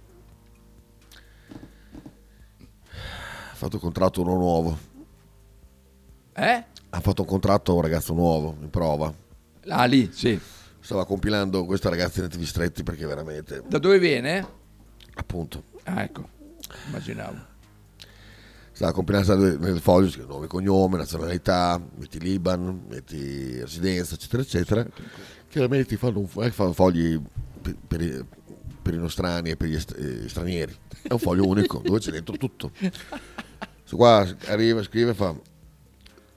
A: Ha fatto un contratto uno nuovo.
B: Eh?
A: Ha fatto un contratto a un ragazzo nuovo in prova.
B: Ah, lì, sì.
A: Stava compilando questa ragazza in attivi stretti perché veramente,
B: Da dove viene?
A: appunto,
B: Ah, ecco, immaginavo.
A: stava compilando nel nel foglio scrive nome, e cognome, nazionalità, metti Liban, metti residenza, eccetera, eccetera. Chiaramente ti fanno un fo- eh, fanno fogli per, per i- per i nostrani e per gli est- eh, stranieri. È un foglio unico dove c'è dentro tutto. Questo qua arriva, scrive e fa...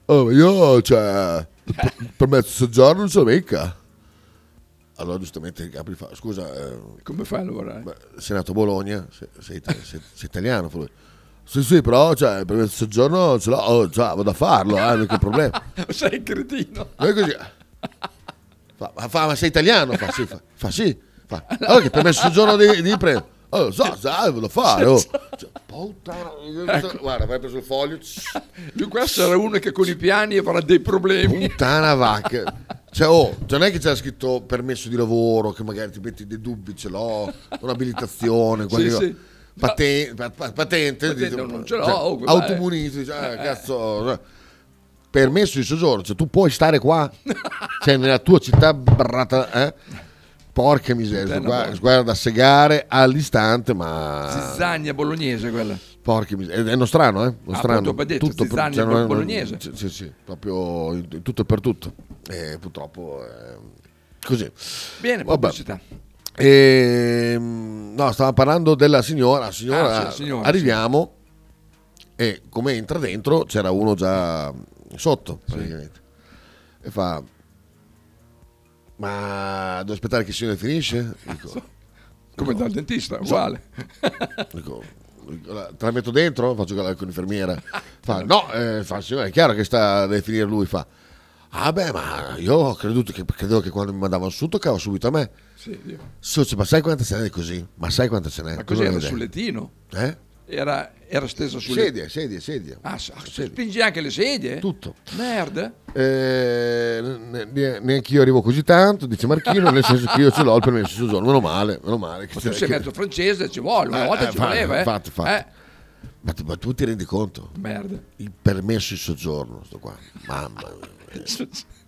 A: Oh, ma io, cioè, il per- il permesso di soggiorno non ce l'ho mica. Allora giustamente Gabri fa, scusa... eh,
B: Come fai a lavorare?
A: sei nato a Bologna, se- sei, sei- sei italiano. fa lui. Sì, sì, però cioè, il permesso di soggiorno ce l'ho, oh, cioè, vado a farlo, eh, non è che problema.
B: Sei cretino.
A: Non è così. Fa, ma, fa, ma sei italiano? Fa sì, fa, fa sì. Fa. Allora che permesso di soggiorno di, di prendere? Oh, lo so, sai, vado a fare. oh. Cioè, Guarda, vai preso il foglio.
B: Lui qua sarà uno che con i piani avrà dei problemi.
A: Puttana vacca. Cioè, oh, cioè, non è che c'è scritto permesso di lavoro, che magari ti metti dei dubbi, ce l'ho, un'abilitazione, qualche
B: Sì,
A: cosa.
B: sì.
A: Paten- pa- pa- patente,
B: Patente
A: dice,
B: non ce l'ho,
A: cioè,
B: oh, guarda, Eh,
A: automunito, dice, ah, cazzo, cioè, permesso di soggiorno, cioè, tu puoi stare qua, cioè, nella tua città, brata, eh? porca miseria,
B: Puttana
A: guarda,
B: vacca.
A: guarda, da segare all'istante, ma...
B: Zizzania bolognese quella.
A: Porca miseria, è uno strano, eh? Uno
B: Ah,
A: strano. cioè,
B: appunto, beh, detto, Zizzani
A: non è-
B: per bolognese.
A: Sì, sì, sì, proprio in- in tutto e per tutto. E purtroppo è così.
B: Bene,
A: Vabbè.
B: pubblicità.
A: Ehm, no, stava parlando della signora. la signora-
B: Ah, sì, signora,
A: arriviamo e come entra dentro c'era uno già sotto praticamente. E fa: Ma devo aspettare che il signore finisce? Dico,
B: Come dal dentista, uguale.
A: Dico, te la metto dentro? Faccio con l'infermiera. Fa, no, eh, fa, signora, è chiaro che sta deve finire lui. Fa, ah beh, ma io ho creduto che, credevo che quando mi mandavano su toccava subito a me.
B: Sì, io.
A: Sì, dice, ma sai quanta ce n'è di così? Ma sai quanta ce n'è? Tu
B: Ma
A: non
B: così era
A: hai idea.
B: sul lettino?
A: Eh?
B: Era, era steso sulle
A: Sedia, sedia, sedia.
B: Ah, s- ah, spingi anche le sedie?
A: Tutto.
B: Merda.
A: Eh, ne- ne- neanche io arrivo così tanto, dice Marchino, nel senso che io ce l'ho il permesso di soggiorno, meno male, meno male. Che
B: Ma tu sei mezzo francese, ci vuole, una
A: Eh,
B: volta
A: eh,
B: ci
A: fa-
B: voleva, eh.
A: infatti, infatti.
B: Eh,
A: Ma, tu- ma tu ti rendi conto?
B: Merda.
A: Il permesso di soggiorno, sto qua. Mamma mia.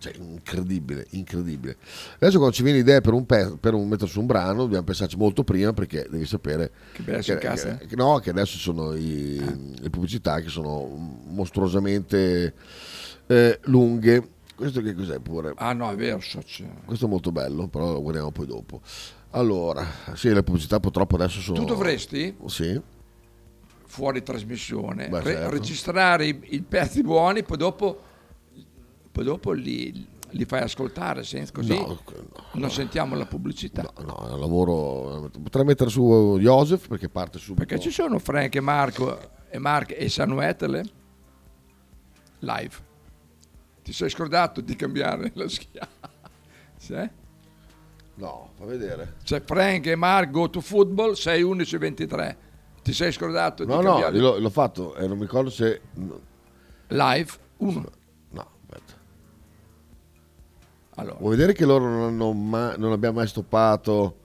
A: Cioè, incredibile, incredibile. Adesso quando ci viene idea per un, pe- per un mettere su un brano, dobbiamo pensarci molto prima perché devi sapere
B: Che bella circassa.
A: che- no, che adesso sono i- le pubblicità che sono mostruosamente eh, lunghe. Questo che cos'è pure?
B: Ah no, è verso. Cioè.
A: Questo è molto bello, però lo guardiamo poi dopo. Allora, sì, le pubblicità purtroppo adesso sono...
B: Tu dovresti,
A: Sì.
B: fuori trasmissione,
A: Beh,
B: re-
A: certo.
B: registrare i, i pezzi buoni, poi dopo, poi dopo li, li fai ascoltare, senza così
A: No,
B: non sentiamo la pubblicità.
A: No, è un lavoro... Potrei mettere su Joseph perché parte subito.
B: Perché ci sono Frank e Marco e Mark e Sanuetele live. Ti sei scordato di cambiare la schiava? Sì?
A: No, fa vedere.
B: C'è Frank e Mark Go to Football 6 11 23. Ti sei scordato
A: No,
B: di
A: no,
B: cambiare?
A: l'ho, l'ho fatto e non mi ricordo se...
B: Live 1.
A: No, aspetta.
B: Allora.
A: Vuoi vedere che loro non, hanno ma- non abbiamo mai stoppato...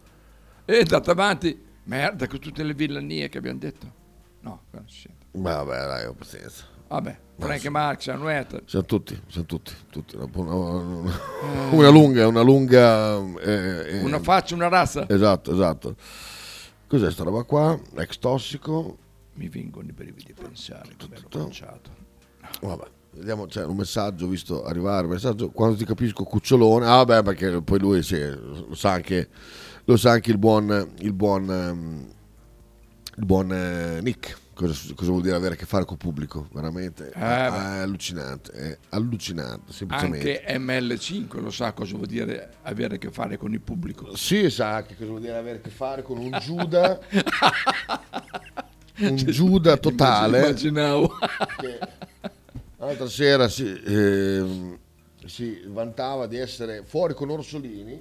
B: E è andata avanti. Merda, con tutte le villanie che abbiamo detto. No, qua non si sente.
A: Ma vabbè, dai, ho pazienza.
B: Vabbè, Frank e Mark Sanuetele.
A: Siamo tutti, siamo tutti, tutti. Una, una- una lunga, una lunga... eh, eh,
B: Mm. Una faccia, una razza.
A: Esatto, esatto. Cos'è sta roba qua? Ex tossico.
B: Mi vengono i brividi a pensare come ero conciato.
A: Vabbè. Vediamo, c'è un messaggio, ho visto arrivare un messaggio, quando ti capisco cucciolone, ah beh perché poi lui sì, lo sa anche, lo sa anche il buon, il buon, ehm, il buon eh, Nick, cosa, cosa vuol dire avere a che fare col pubblico, veramente è,
B: Eh, beh.
A: è allucinante, è allucinante, semplicemente.
B: Anche ML5 lo sa cosa vuol dire avere a che fare con il pubblico.
A: Sì, sa che cosa vuol dire avere a che fare con un Giuda. un Giuda totale.
B: Immaginavo.
A: Che l'altra sera si, ehm, si vantava di essere fuori con Orsolini.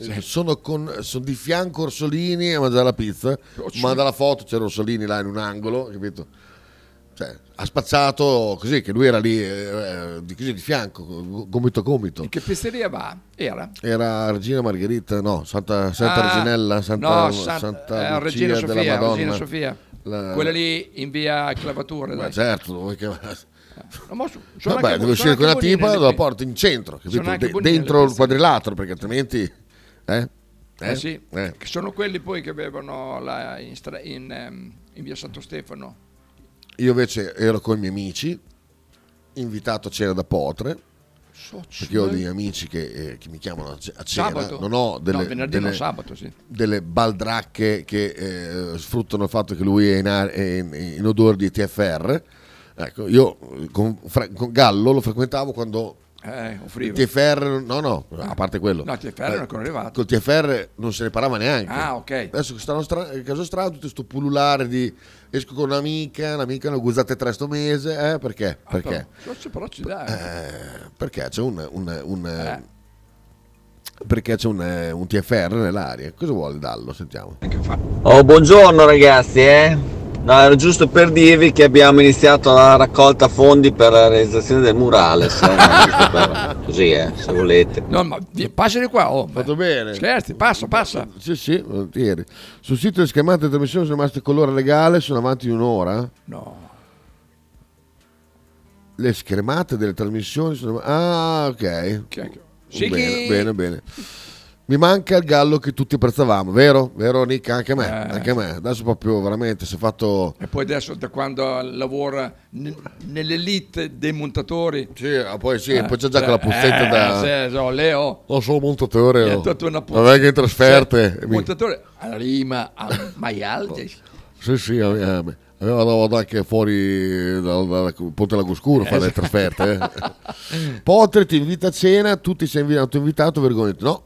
A: Eh, Sono, con- sono di fianco Orsolini a mangiare la pizza.
D: Orsolini.
A: Manda la foto, c'era Orsolini là in un angolo, capito? Cioè, ha spazzato così, che lui era lì, eh, di- così di fianco, gomito a gomito.
B: Che pizzeria va? Era?
A: Era Regina Margherita, no, Santa, Santa
B: Ah,
A: Reginella, Santa,
B: no, San-
A: Santa Lucia
B: eh, Regina
A: della
B: Sofia,
A: Madonna.
B: Regina Sofia.
A: La-
B: Quella lì in via Clavatura.
A: Ma
B: dai.
A: certo, lo vuoi chiamare.
B: No, ma su- sono
A: Vabbè,
B: anche-
A: deve
B: sono
A: uscire con una
B: anche
A: tipa,
B: bonine le
A: la
B: pi-
A: porti in centro,
B: Sono
A: capito?
B: anche
A: De-
B: bonine le
A: dentro il
B: pizze.
A: quadrilatero, perché altrimenti... Eh?
B: Eh sì,
A: eh.
B: che sono quelli poi che avevano la- in, stra- in, ehm, in via Santo Stefano.
A: Io invece ero con i miei amici, invitato a cena da Potre,
B: Socio.
A: perché ho degli amici che, eh, che mi chiamano a ce- a cena,
B: Sabato.
A: non ho delle,
B: No, venerdì no,
A: delle-
B: sabato, sì.
A: delle baldracche che eh, sfruttano il fatto che lui è in, ar- è in- in odore di TFR. Ecco, io eh, con, Fra- con Gallo lo frequentavo quando
B: Eh,
A: il
B: offriva.
A: TFR, no, no, a parte quello. Eh,
B: No, TFR non è ancora arrivato.
A: Col TFR non se ne parlava neanche.
B: Ah, ok.
A: Adesso che stanno stra- il caso strano, tutto sto pullulare di esco con un'amica, un'amica ne ho guzzate tre sto mese, eh, perché? Perché?
B: Socio Ah, però Eh. ci dai.
A: Eh, perché c'è un, un- un- perché c'è un, eh, un TFR nell'aria. Cosa vuole Dallo? Sentiamo.
M: Oh, buongiorno ragazzi, eh. No, era giusto per dirvi che abbiamo iniziato la raccolta fondi per la realizzazione del murales. eh, no, giusto per- Così, eh, se volete.
B: No, ma vi- passa di qua. Oh,
A: Fatto bene.
B: Scherzi, passa, passa.
A: Sì, sì, volentieri. Sul sito le schermate di trasmissione sono rimaste colore legale, sono avanti di un'ora.
B: No.
A: Le schermate delle trasmissioni sono... Ah, ok.
B: Sì,
A: bene,
B: chi-
A: bene, bene. Mi manca il gallo che tutti apprezzavamo, vero? Vero Nick? Anche a me, anche a me. Adesso proprio veramente si è fatto...
B: E poi adesso da quando lavora ne- nell'elite dei montatori. eh,
A: Sì, ah, poi sì, poi c'è già quella puzzetta da-
B: no, eh, Leo.
A: Oh, sono montatore.
B: Mi ha
A: oh.
B: dato una puzza.
A: Vabbè che in trasferte.
B: Sì,
A: mi-
B: montatore alla rima al maialdi.
A: Sì, sì, ave- ave- aveva la volta anche fuori dal dal Ponte Lagoscuro a fare le
B: Esatto.
A: trasferte. eh. Potre ti invita a cena, tu ti sei invi- autoinvitato, vergognati. No,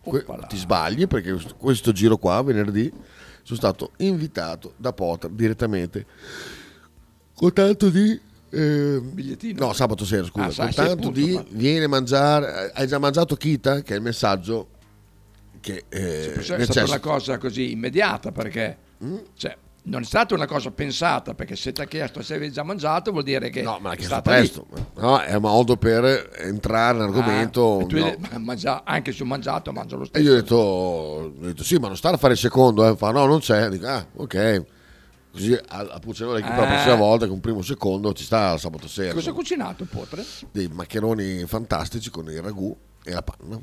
A: que- ti sbagli perché questo- questo giro qua, venerdì, sono stato invitato da Potre direttamente con tanto di... eh, No, sabato sera, scusa.
B: Ah, sa-
A: con
B: sì,
A: tanto
B: appunto,
A: di
B: ma-
A: vieni a mangiare... Hai già mangiato Kita? Che è il messaggio che... eh, Mm?
B: Cioè, è stata
A: necessita.
B: una cosa così immediata perché cioè, non è stata una cosa pensata perché se ti ha chiesto se avevi già mangiato vuol dire che,
A: Ma l'ha
B: è
A: chiesto
B: stata
A: presto, no? È un modo per entrare
B: lì.
A: nell'argomento.
B: Ah, e tu
A: no.
B: hai detto, "Ma mangia- anche se ho mangiato mangio lo
A: E
B: stesso
A: io ho detto, ho detto, sì, ma non stare a fare il secondo, eh. fa no, non c'è, dico, ah, ok. Così a, a Puccinone che la
B: Ah.
A: prossima volta con un primo secondo ci sta sabato
N: Eh,
A: sera.
B: cosa ha cucinato Potre?
A: Dei maccheroni fantastici con il ragù e la panna.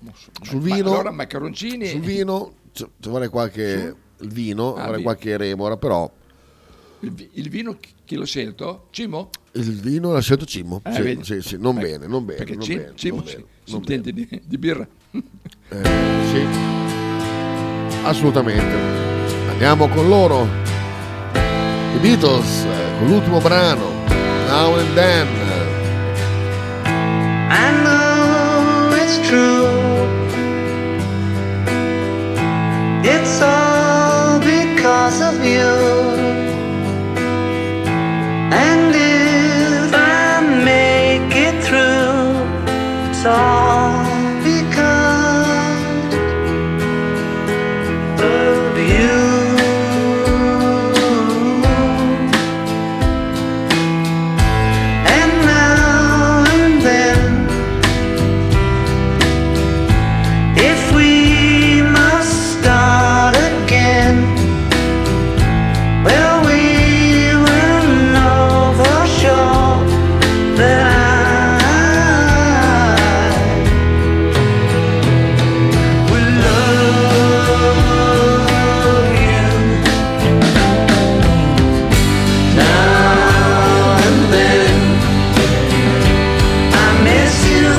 B: Non so.
A: Sul
B: Ma-
A: vino,
B: allora maccaroncini
A: sul vino, ci ci vorrei qualche il vino,
B: Ah,
A: vorrei
B: vino.
A: qualche remora, però
B: Il, vi- il vino chi- chi l'ho scelto? Cimo?
N: Il vino l'ha scelto Cimmo.
B: Eh,
N: sì,
B: vedi?
N: sì, sì, non
B: Eh,
N: bene, non bene.
B: Perché
N: non
B: Cim-
N: bene,
B: Cimo
N: non
B: si,
N: bene,
B: si
N: non
B: intende di, di birra.
N: bene. Eh, sì. Assolutamente. Andiamo con loro. I Beatles, eh, con l'ultimo brano. Now and then.
O: I know it's true. It's all because of you. And if I make it through, it's all because of you. And now and then, if we must start again, well, we will know for sure that I will love you now and then. I miss you.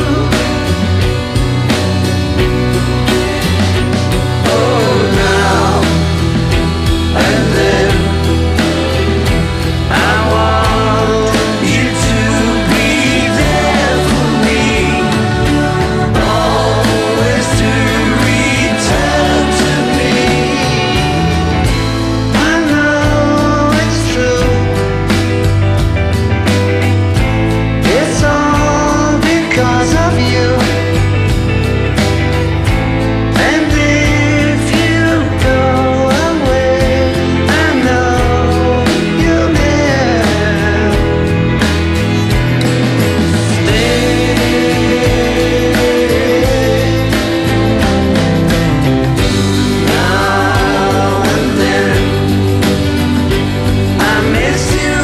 O: Oh, now and then I want you to be there for me, always to return to me. I know it's true. It's all because of you. And if you go away, I know you'll never stay. Now and then, I miss you.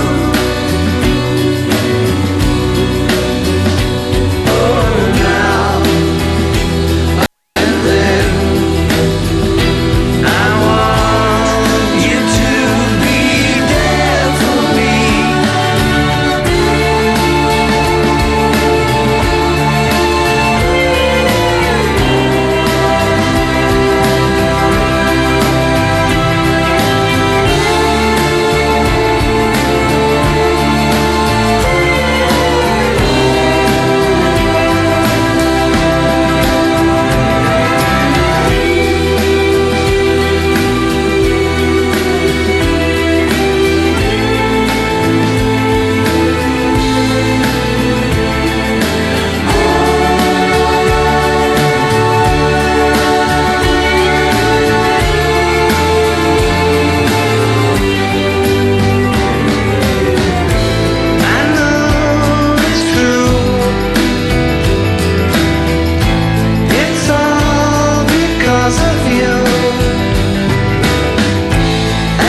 O: It's all because of you.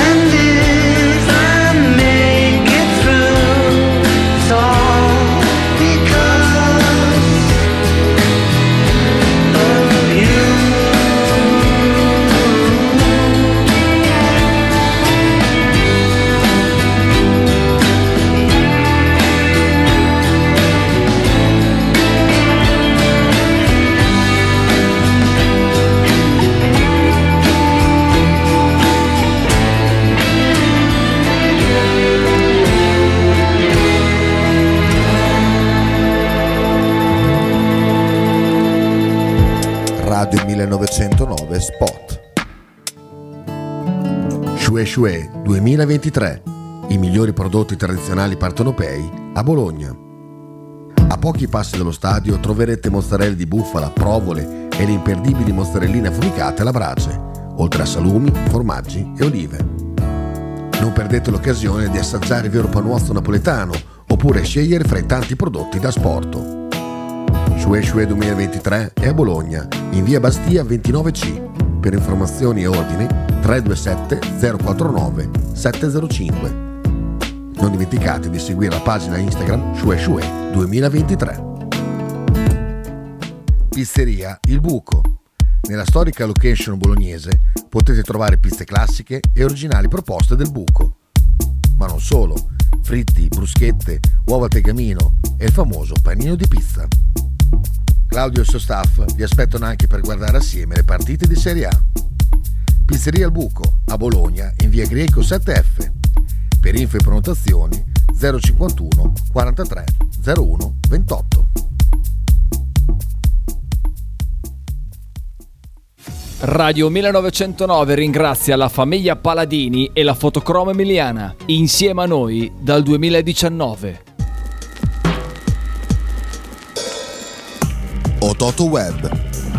O: And if I make it through, it's all because of you.
A: Radio 1909 Spot. Shue Shue 2023. I migliori prodotti tradizionali partenopei a Bologna. A pochi passi dallo stadio troverete mozzarella di bufala, provole e le imperdibili mozzarelline affumicate alla brace, oltre a salumi, formaggi e olive. Non perdete l'occasione di assaggiare il vero panuozzo napoletano oppure scegliere fra i tanti prodotti da sporto. Shue Shue 2023 è a Bologna, in via Bastia 29C. Per informazioni e ordine 327 049 705. Non dimenticate di seguire la pagina Instagram Shue Shue 2023. Pizzeria Il Buco. Nella storica location bolognese potete trovare pizze classiche e originali proposte del Buco.
D: ma non solo, fritti, bruschette, uova al tegamino e il famoso panino di pizza. Claudio e il suo staff vi aspettano anche per guardare assieme le partite di Serie A. Pizzeria al Buco, a Bologna, in via Greco 7F. Per info e prenotazioni 051 43 01 28.
P: Radio 1909 ringrazia la famiglia Paladini e la fotocromo emiliana, insieme a noi dal 2019.
Q: Ototo Web,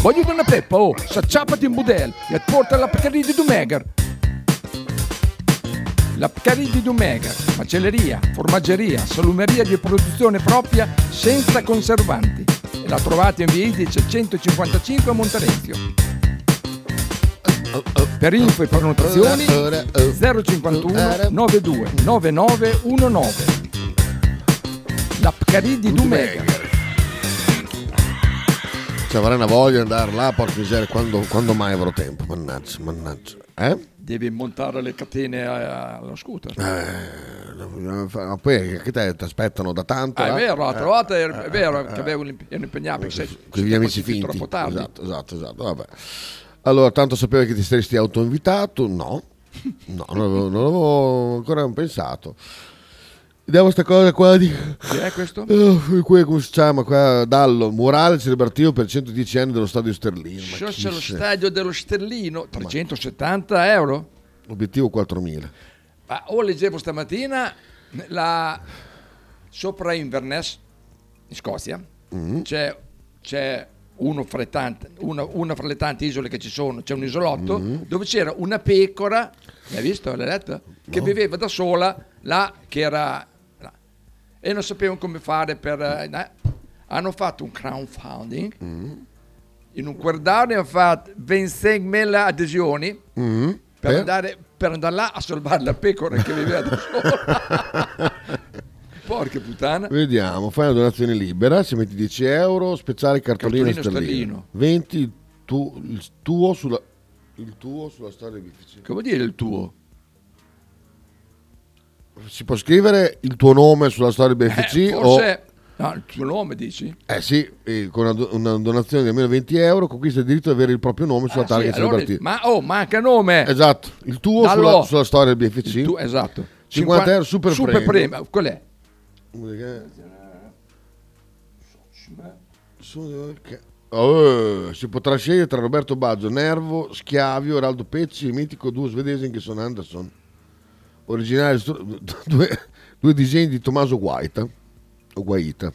B: Voglio una peppa, oh, s'acciappati in budel e porta la Pcaridi di Dumegar. La Pcaridi di Dumegar, macelleria, formaggeria, salumeria di produzione propria senza conservanti. E la trovate in via Idice 155 a Monterezio. Per info e prenotazioni 051 92 9919. La Pcaridi di Dumegar.
A: Cioè, avrei una voglia di andare là, porca miseria, quando, quando mai avrò tempo? Mannaggia, mannaggia. Eh?
B: Devi montare le catene a- allo scooter.
A: Eh, ma poi che te ti aspettano da tanto?
B: Ah, è
A: eh?
B: vero, l'altra
A: Eh,
B: volta era- è vero
A: eh,
B: che avevo l'imp- ero impegnato perché sei-
A: Con gli
B: sei
A: amici
B: partito
A: finti.
B: troppo tardi.
A: Esatto, esatto, esatto. Vabbè. Allora, tanto sapevi che ti saresti autoinvitato? No, no, non avevo, non avevo ancora pensato. Vediamo sta cosa qua di...
B: Chi è questo?
A: Eh, que- come si chiama qua? Dallo, murale celebrativo per 110 anni dello stadio Sterlino. Ma chi
B: Scioccia lo
A: se-
B: stadio dello Sterlino, 370 euro.
A: Obiettivo 4.000.
B: Ma o leggevo stamattina la sopra Inverness in Scozia c'è, c'è uno fra le tante- una, una fra le tante isole che ci sono, c'è un isolotto dove c'era una pecora, l'hai visto, l'hai letta? Che viveva da sola là, che era là. e non sapevano come fare per... eh, na- hanno fatto un crowdfunding, in un quartale hanno fatto 25.000 adesioni
A: Mm.
B: per,
A: Per?
B: Andare, per andare là a salvare la pecora che viveva da sola. Porca puttana.
A: Vediamo, fai una donazione libera, se metti 10 euro, spezzare cartolino, e
B: Cartolino,
A: sterlino.
B: sterlino.
A: 20 il, tu- il tuo sulla... Il tuo sulla storia di
B: Che vuol dire il tuo?
A: Si può scrivere il tuo nome sulla storia di BFC
B: Eh,
A: o...
B: forse... No, il tuo nome dici?
A: Eh oh. sì, eh, con una, do- una donazione di almeno 20 euro conquista il diritto di avere il proprio nome sulla
B: Ah, sì,
A: targa
B: allora-
A: celebrativa.
B: ma oh, manca nome!
A: Esatto, il tuo
B: Dallo.
A: sulla, sulla storia del BFC.
B: Il tuo- esatto.
A: 50, euro super, premio.
B: premio. Qual è?
A: Oh, eh, si potrà scegliere tra Roberto Baggio, Nervo, Schiavio, Raldo Pecci e il mitico duo svedese che sono Anderson. Originale stru- due, due disegni di Tommaso Guaita. O Guaita.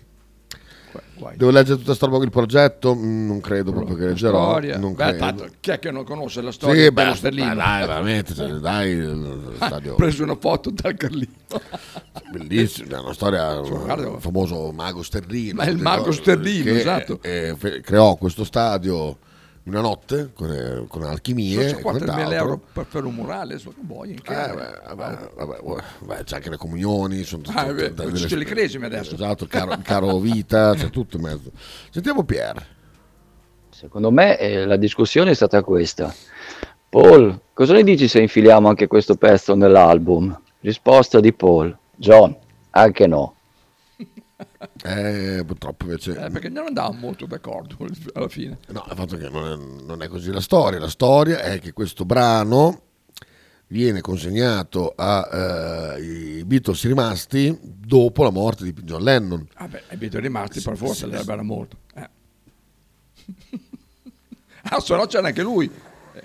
A: Devo leggere tutta sta roba il progetto? Mm, Non credo proprio che leggerò.
B: Storia.
A: Non
B: Beh,
A: credo.
B: tanto, chi è che non conosce la storia?
A: Sì,
B: di Bello
A: beh,
B: Stellino?
A: ma dai, veramente, cioè, dai, lo stadio-
B: Ho preso una foto dal Carlino.
A: bellissimo, è una storia
B: guarda.
A: il famoso mago Sterlino.
B: Ma il mago Sterlino,
A: che,
B: esatto.
A: eh, fe- creò questo stadio in una notte con, eh, con alchimie
B: Sono
A: e
B: 4.000
A: quant'altro. Eh,
B: euro per fare un murale, so che vuoi, in che-
A: Vabbè, vabbè, vabbè, vabbè, c'è anche le comunioni, sono
B: Ah, è vero,
A: delle-
B: ci sono
A: delle-
B: le cresime adesso.
A: Esatto, il caro, il caro vita, c'è tutto in mezzo. Sentiamo Pier.
J: Secondo me eh, la discussione è stata questa. Paul, cosa ne dici se infiliamo anche questo pezzo nell'album? Risposta di Paul. John, anche no.
A: Eh, purtroppo invece...
B: Eh, perché non andava molto d'accordo alla fine.
A: No, il fatto è che non è, non è così la storia. La storia è che questo brano viene consegnato ai Beatles rimasti dopo la morte di John Lennon.
B: Vabbè, i Beatles rimasti per forza,
A: sì,
B: le
A: sì.
B: avevano molto. Eh. ah, se no c'era anche lui.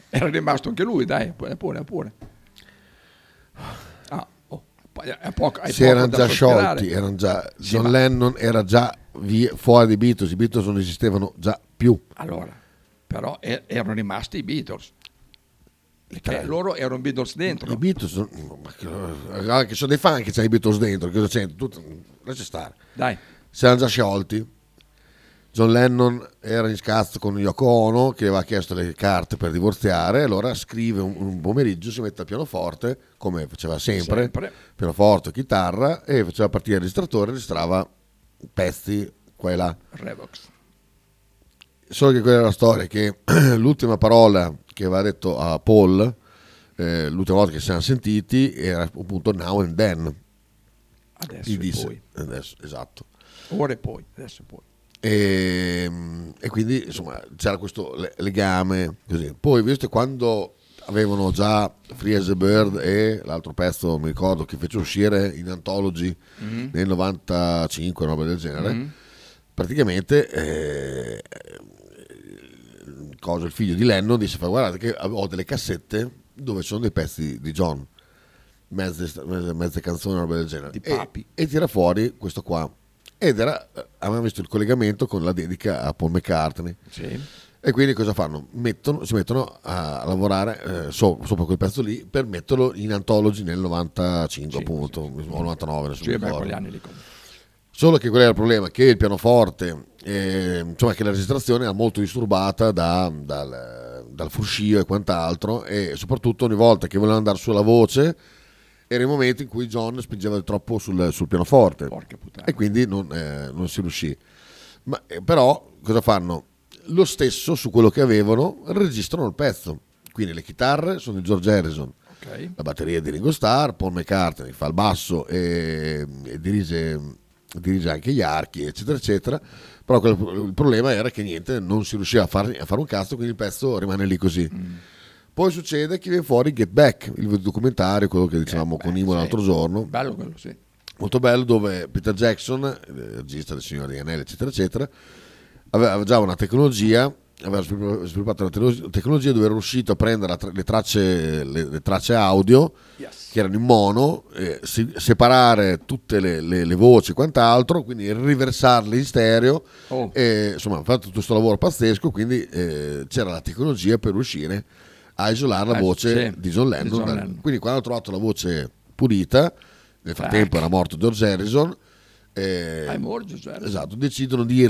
B: Era rimasto anche lui, dai, pure, pure. pure. Ah, oh, poi è poco- hai
A: si
B: poco
A: erano
B: da
A: già
B: sospirare.
A: sciolti, erano già-
B: Sì,
A: John
B: ma-
A: Lennon era già via- fuori dai Beatles, i Beatles non esistevano già più.
B: Allora, però e- erano rimasti i Beatles. Perché loro erano Beatles dentro.
A: I Beatles, sono- ma che- guarda che sono dei fan che c'hanno i Beatles dentro, che cosa c'entra? Tutto- lascia stare.
B: Dai.
A: Si erano già sciolti. John Lennon era in scazzo con Yoko Ono che aveva chiesto le carte per divorziare, allora scrive un, un pomeriggio, si mette al pianoforte, come faceva sempre,
B: Sempre.
A: pianoforte, chitarra, e faceva partire il registratore e registrava pezzi qua e là.
B: Revox.
A: Solo che quella era la storia, che l'ultima parola che aveva detto a Paul, eh, l'ultima volta che si erano sentiti, era appunto now and then.
B: Adesso
A: Gli
B: e
A: disse,
B: poi.
A: Adesso, esatto.
B: Ora e poi, adesso e poi.
A: E, Ehm, e quindi insomma c'era questo le- legame. Così. Poi, visto quando avevano già Free as a Bird e l'altro pezzo, non mi ricordo, che fece uscire in Anthology
D: Mhm.
A: nel 95, una roba del genere,
D: Mhm.
A: praticamente eh, cosa, il figlio di Lennon disse: "Fa, Guardate, che ho delle cassette dove ci sono dei pezzi di John, mezze, mezze, mezze canzoni, una roba del genere. E- e tira fuori questo qua ed era, eh, avevamo visto il collegamento con la dedica a Paul McCartney. E quindi cosa fanno? Mettono- si mettono a lavorare eh, so- sopra quel pezzo lì per metterlo in Anthology nel 95 appunto, o 99, adesso
B: Cioè,
A: non
B: beh,
A: ricordo.
B: quegli anni lì comunque.
A: Solo che qual era il problema? Che il pianoforte, eh, insomma che la registrazione era molto disturbata da- dal, dal fruscio e quant'altro e soprattutto ogni volta che volevano andare sulla voce era il momento in cui John spingeva troppo sul, sul pianoforte e quindi non, eh, non si riuscì. Ma, eh, però cosa fanno? Lo stesso su quello che avevano registrano il pezzo. Quindi le chitarre sono di George Harrison,
B: Ok.
A: la batteria è di Ringo Starr, Paul McCartney fa il basso e, e dirige, dirige anche gli archi, eccetera, eccetera. Però quel- il problema era che niente, non si riusciva a, far- a fare un cazzo, quindi il pezzo rimane lì così. Poi succede che viene fuori Get Back, il documentario, quello che dicevamo con Imo l'altro giorno
B: Bello quello, sì.
A: molto bello dove Peter Jackson, eh, regista del Signore degli Anelli, eccetera, eccetera, aveva già una tecnologia, aveva sviluppo- sviluppato una tecno- tecnologia dove era riuscito a prendere la tra- le, tracce, le- le tracce audio che erano in mono, eh, si- separare tutte le, le- le voci e quant'altro, quindi riversarle in stereo.
D: Oh.
A: E, insomma, ha fatto tutto questo lavoro pazzesco, quindi eh, c'era la tecnologia per riuscire a isolare la
D: Eh,
A: voce
D: sì,
A: di John Lennon.
D: di John
A: dal-
D: Lennon.
A: Quindi quando ha trovato la voce pulita, nel frattempo era morto George Harrison. eh,
B: Ah, è morto George Harrison.
A: Esatto, decidono di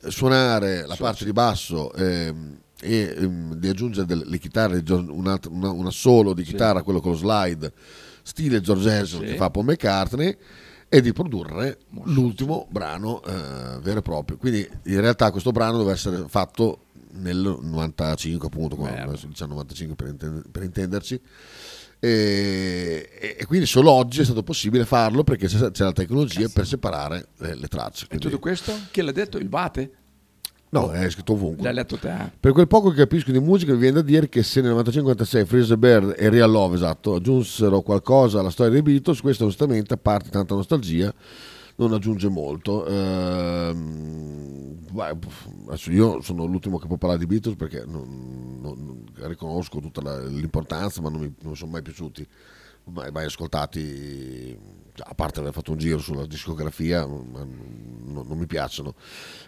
A: risuonare la parte di basso ehm, e ehm, di aggiungere delle, le chitarre, di John- un'altra- una, una solo di chitarra, quello con lo slide, stile George Harrison
D: Sì.
A: che fa Paul McCartney, e di produrre l'ultimo brano eh, vero e proprio. Quindi in realtà questo brano doveva essere fatto nel 95 appunto, come adesso diciamo 95 per, intende- per intenderci. E, e- e quindi solo oggi è stato possibile farlo perché c'è, c'è la tecnologia per separare le, le tracce.
B: E
A: quindi-
B: tutto questo? Chi l'ha detto? Il Vate?
A: no, è scritto ovunque.
B: L'ha letto te? ah.
A: Per quel poco che capisco di musica, mi viene da dire che se nel 95-96 Freeze Bird e Real Love esatto, aggiunsero qualcosa alla storia dei Beatles, questo onestamente, a parte tanta nostalgia, non aggiunge molto. Ehm, vai, pff, adesso io sono l'ultimo che può parlare di Beatles perché non, non- non- riconosco tutta la- l'importanza, ma non mi non mi sono mai piaciuti, mai, mai ascoltati, a parte aver fatto un giro sulla discografia, ma non, non mi piacciono.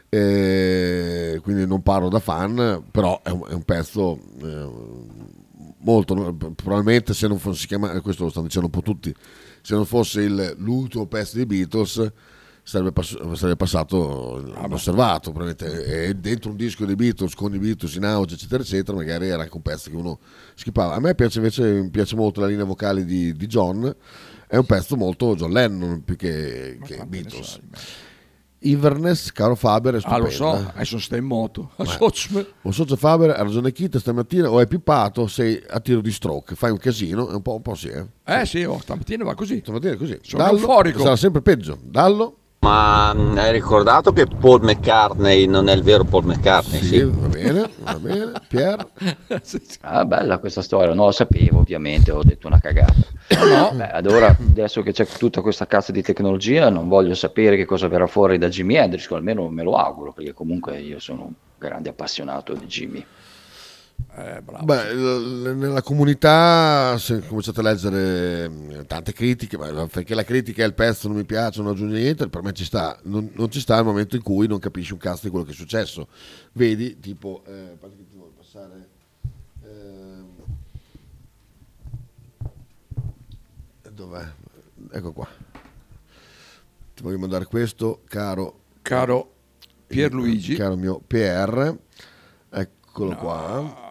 A: Eh, quindi non parlo da fan, però è un, è un pezzo eh, molto probabilmente se non fosse chiamato, eh, questo lo stanno dicendo un po' tutti, se non fosse il- l'ultimo pezzo dei Beatles sarebbe, pass- sarebbe
B: Ah,
A: passato osservato probabilmente e dentro un disco dei Beatles con i Beatles in auge eccetera eccetera magari era anche un pezzo che uno schipava a me piace invece mi piace molto la linea vocale di, di John è un pezzo molto John Lennon più che, che Beatles Inverness, caro Faber, è eh.
B: Ah, lo
A: stupenda.
B: so, adesso stai in moto.
A: Ma-
B: Socio-
A: Un socio Faber ha ragione Kita stamattina o è pipato sei a tiro di stroke, fai un casino, è un po', un po' sì, eh.
B: Eh sì, oh, stamattina va così.
A: Stamattina è così.
B: Sono
A: Dallo,
B: euforico.
A: Sarà sempre peggio. Dallo.
M: Ma mh, hai ricordato che Paul McCartney non è il vero Paul
K: Eh
M: McCartney? Sì,
A: va bene, va bene. Pier?
J: Ah, bella questa storia, non lo sapevo ovviamente, ho detto una cagata. Beh, ad ora, adesso che c'è tutta questa cazzo di tecnologia, non voglio sapere che cosa verrà fuori da Jimi Hendrix, o almeno me lo auguro, perché comunque io sono un grande appassionato di Jimmy.
B: Eh,
A: Beh, l- l- nella comunità si è cominciato a leggere mh, tante critiche, ma perché la critica è il pezzo non mi piace, non aggiunge niente, per me ci sta, non, non ci sta il momento in cui non capisci un cazzo di quello che è successo. Vedi, tipo, eh, a parte che ti voglio passare... ehm, dov'è? Ecco qua. Ti voglio mandare questo, caro...
B: Caro Pierluigi.
A: Caro mio PR. Eccolo qua.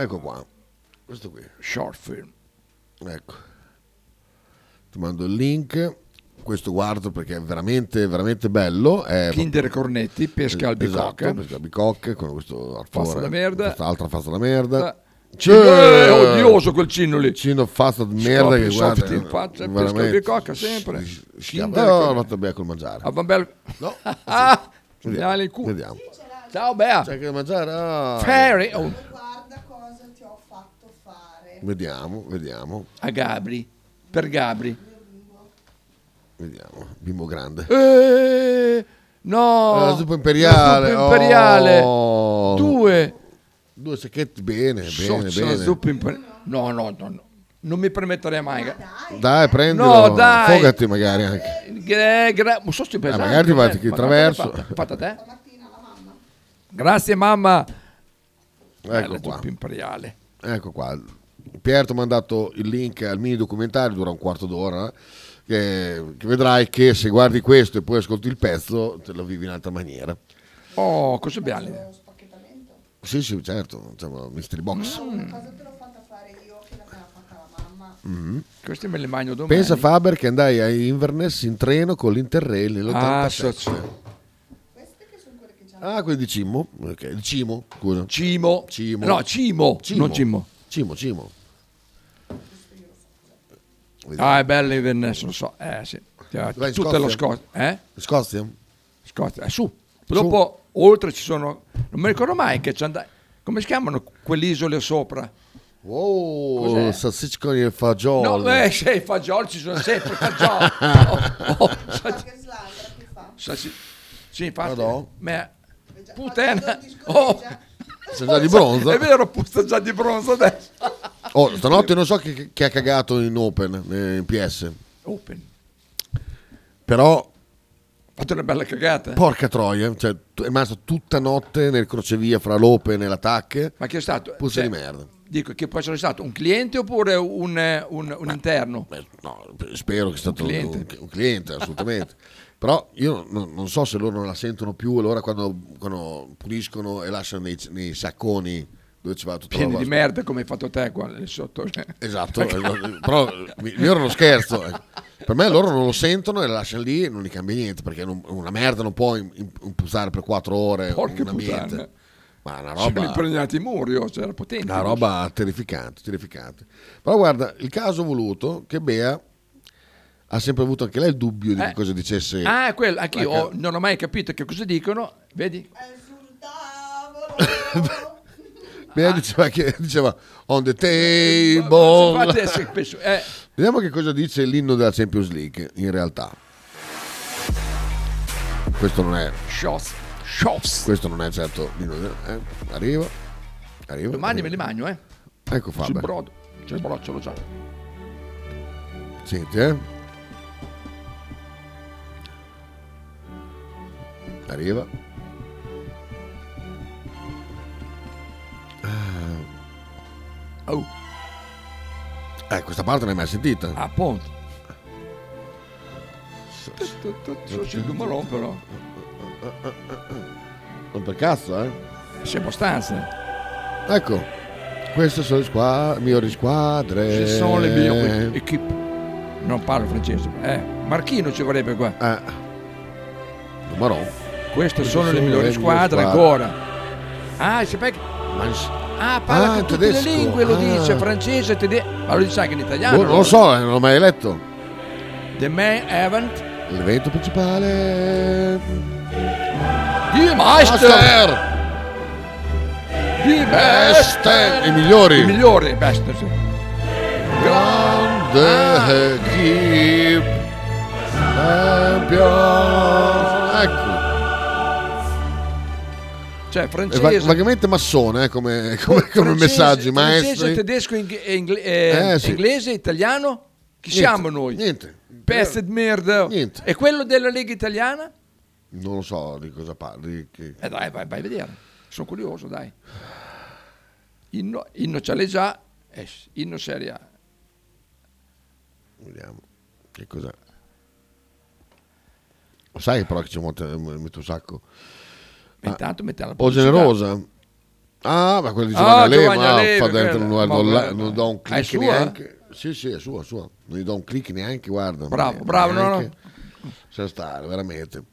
A: Ecco qua. Questo qui.
B: Short
A: Eh,
B: film.
A: Ecco. Ti mando il link. Questo guardo perché è veramente, veramente bello. È
B: Kinder Cornetti, pesca eh?
A: Esatto,
B: albicocca.
A: pesca albicocche con questo arfone,
B: Fazza da merda. Ah.
A: Questa altra fazza da merda.
B: Eh, odioso quel cinno lì.
A: Cino fazza da merda
B: Scoppi,
A: che guarda.
B: soffici in faccia, pesca
A: veramente.
B: albicocca sempre.
A: Sì, sì,
B: Kinder
A: No,
B: Cornetti.
A: non ti becco il mangiare.
B: A Van Bel...
A: No.
B: ah, mi
A: Vediamo,
B: dà il culo.
A: vediamo.
B: Ciao Bea.
A: C'è che da mangiare? Ah.
B: Ferry. Oh,
A: Vediamo, vediamo,
B: a Gabri. Per Gabri.
A: vediamo. Bimbo grande.
B: Eh, no.
A: La zuppa imperiale.
B: La zuppa imperiale.
A: oh.
B: Due.
A: Due sacchetti, bene, bene,
B: So- so-
A: bene.
B: zuppa imper- no, no, no, no. Non mi permetterei mai.
A: Dai, prendilo.
B: No, dai.
A: Fogati magari anche.
B: Gra- gra- ma so sti pesanti,
A: magari ti vai
B: eh.
A: di
B: Ma
A: traverso.
B: guarda, fatta- fatta te. Grazie mamma.
A: Ecco qua.
B: zuppa imperiale.
A: Ecco qua. Pier ti ha mandato il link al mini documentario, dura un quarto d'ora. Che, che vedrai che se guardi questo e poi ascolti il pezzo, te lo vivi in altra maniera.
B: Oh, cose belle.
A: Sì, sì, certo. Insomma, mystery box. Mhm.
B: Queste me le mangio domani.
A: Pensa Faber che andai a Inverness in treno con l'Interrail nell'87.
B: Ah, so- so.
A: Ah, quelli di Cimmo. Ok, di Cimo, scusa.
B: Cimo.
A: Cimo.
B: No, Cimo, non Cimmo.
A: Cimo, Cimo.
B: Ah, è bella Inverness, lo so. Eh, sì. Cioè,
A: Vai in
B: tutta la
A: Scozia?
B: Scozia. Eh?
A: Scozia?
B: Scozia, eh, su. Dopo, oltre ci sono... Non mi ricordo mai che c'è andato... Come si chiamano quelle isole sopra?
A: Wow,
B: Cos'è?
A: salsiccia con il fagiolo.
B: No, eh, se i fagioli ci sono sempre fagioli. Oh, oh, sa- sa- sì, sì, infatti. Ma puttana. Oh,
A: Sei già di bronzo.
B: È vero, puzza già di bronzo adesso.
A: Oh, stanotte non so chi, chi ha cagato in Open, eh, in PS.
B: Open.
A: Però,
B: Ha fatto una bella cagata.
A: porca troia, cioè, t- è rimasto tutta notte nel crocevia fra l'Open e l'attacche.
B: Ma chi è stato?
A: Puzza di
B: Cioè,
A: merda.
B: Dico che può essere stato un cliente oppure un, eh, un- un interno.
A: no, Spero che sia stato un
B: cliente.
A: un cliente, assolutamente. Però io non, non so se loro non la sentono più, allora quando, quando puliscono e lasciano nei, nei sacconi dove ci va tutta la
B: pieni di
A: roba.
B: merda come hai fatto te qua lì sotto.
A: Esatto, esatto. però mi- io non lo scherzo. eh. Per me loro non lo sentono e la lasciano lì e non gli cambia niente perché non- una merda non può im- im- impuzzare per quattro ore
B: Porca
A: un ambiente.
B: puttana. Cioè,
A: Ma una
B: Sono
A: roba,
B: impregnati i muri, oh, c'era potente.
A: una roba terrificante, terrificante. Però guarda, il caso voluto che Bea ha sempre avuto anche lei il dubbio di che
B: Eh.
A: cosa dicesse.
B: Ah, quello, anche io
A: La ca-
B: ho- non ho mai capito che cosa dicono, vedi?
A: Bea diceva, che, diceva on the
B: Infatti,
A: table.
B: ah. eh, sì, penso- eh,
A: Vediamo che cosa dice l'inno della Champions League in realtà. Questo non è
B: Shots, shots.
A: Questo non è certo. Eh, arriva. Arriva.
B: Domani me
A: arriva.
B: li mangio, eh.
A: Ecco
B: Sul
A: Faber.
B: brodo. C'è il brocciolo già.
A: Senti, eh. Arriva. Ah.
B: Oh.
A: Eh, questa parte non l'hai mai sentita.
B: Appunto. Sono il dumalon però.
A: Non per cazzo, eh.
B: C'è abbastanza.
A: Ecco. Queste sono le squadre, migliori squadre.
B: Ci sono le mie equip. Non parlo francese. Eh, Marchino ci vorrebbe qua.
A: Eh. Dumalon.
B: Queste sono le
A: migliori
B: migliori squadre ancora. Ah, sapete che- Ah, parla
A: Ah,
B: con
A: in
B: tutte
A: tedesco.
B: le lingue, lo
A: Ah.
B: dice francese, tedesco. Ma lo dice anche in italiano.
A: Boh, non lo so, eh, non l'ho mai letto.
B: The man haven't
A: L'evento principale.
B: Die Meister! Die Meister!
A: I migliori.
B: I migliori, Meister, sì. Ah.
A: Grande equip. Champions. Ecco.
B: Cioè,
A: È va-
B: francese.
A: vagamente massone eh, come, come- come
B: francese,
A: messaggi,
B: Francese,
A: maestri.
B: tedesco, ing- e ingle- eh,
A: Eh, sì.
B: inglese, italiano. Chi
A: Niente,
B: siamo noi?
A: Niente.
B: Peste di merda. E quello della Lega Italiana?
A: Non lo so di cosa parli. Che...
B: Eh dai, vai, vai a vedere. Sono curioso, dai. Inno, inno ce l'hai già. Eh, inno Serie A.
A: Vediamo. Che cos'è? Lo sai però che c'è molto, metto un sacco. Ah,
B: Ma intanto mettiamo la
A: O
B: pubblicità.
A: generosa. Ah, ma quello di
B: Ah,
A: Giovanni Lema,
B: Giovanni
A: ah,
B: Lema,
A: fa dentro, non,
B: quella.
A: guardo
B: Ma
A: là,
B: guarda.
A: non do un
B: Ah, è
A: click
B: sua?
A: neanche. Sì, sì, è sua, sua. Non gli do un click neanche, guarda.
B: Bravo,
A: ne-
B: bravo, no,
A: neanche. Lascia stare, veramente.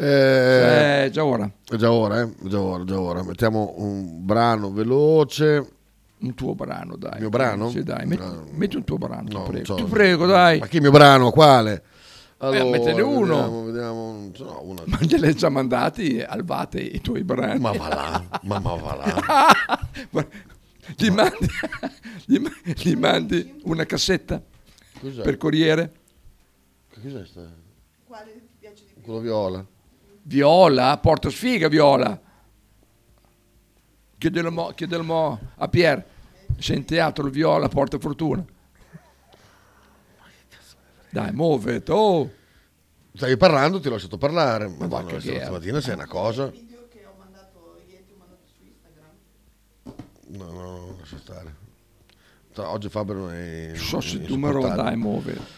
A: Eh,
B: Eh, già ora.
A: È già ora, eh? È Già ora, già ora. Mettiamo un brano veloce.
B: Un tuo brano, dai.
A: Il mio brano?
B: Sì, dai, metti, metti un tuo brano, ti
A: No, non
B: prego.
A: so.
B: Ti prego, dai.
A: Ma che mio brano? Quale?
B: eh, mettene
A: vediamo,
B: uno.
A: vediamo, non so, una-
B: Ma glieli hai già mandati eh, Alvate i tuoi brani.
A: Ma va là, ma, ma va là.
B: Ah, gli, mandi, gli ma- gli mandi una cassetta
A: Cos'è?
B: per corriere.
A: Che cos'è sta? Quello viola.
B: Viola, porta sfiga Viola. Chiedelo mo, chiedelo mo a Pier. Se in teatro Viola porta fortuna. Dai, muovete, oh.
A: Stavi parlando, ti ho lasciato parlare. Ma
B: va,
A: no,
B: che
A: sta-
B: ghera.
A: stamattina sei una cosa. No, no, no, lascia stare. Sta- Oggi Fabio non è.
B: So se
A: Eh, è
B: tu me lo
A: insopportabile.
B: dai, muovere.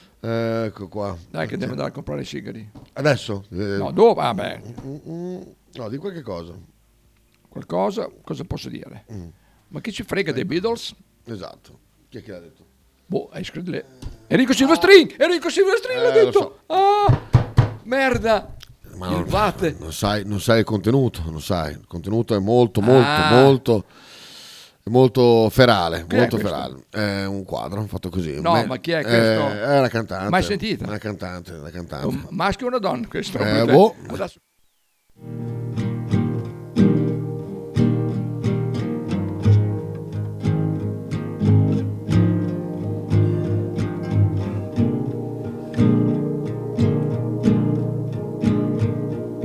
A: Ecco qua.
B: Dai che devo andare a comprare i sigari.
A: Adesso? Eh, mm,
B: No, Ah, dopo, vabbè.
A: No, di qualche cosa.
B: Qualcosa, cosa posso dire?
A: Mm.
B: Ma che ci frega dei Beatles?
A: Esatto. Chi è che l'ha detto?
B: Boh, hai scritto le- Enrico Silvestrin! Enrico Silvestrin l'ha
A: Eh, lo
B: detto! Ah, merda!
A: Ma
B: Il
A: non,
B: vate.
A: non sai, non sai il contenuto, non sai. Il contenuto è molto, molto,
B: Ah.
A: molto. è Molto ferale,
B: Chi è
A: molto
B: questo?
A: ferale. È un quadro fatto così.
B: No,
A: Me-
B: ma chi è
A: eh,
B: questo?
A: È una cantante.
B: Mai sentita? Oh,
A: Una cantante, una cantante.
B: Un maschio o una donna questo?
A: Eh, boh.
B: Adesso-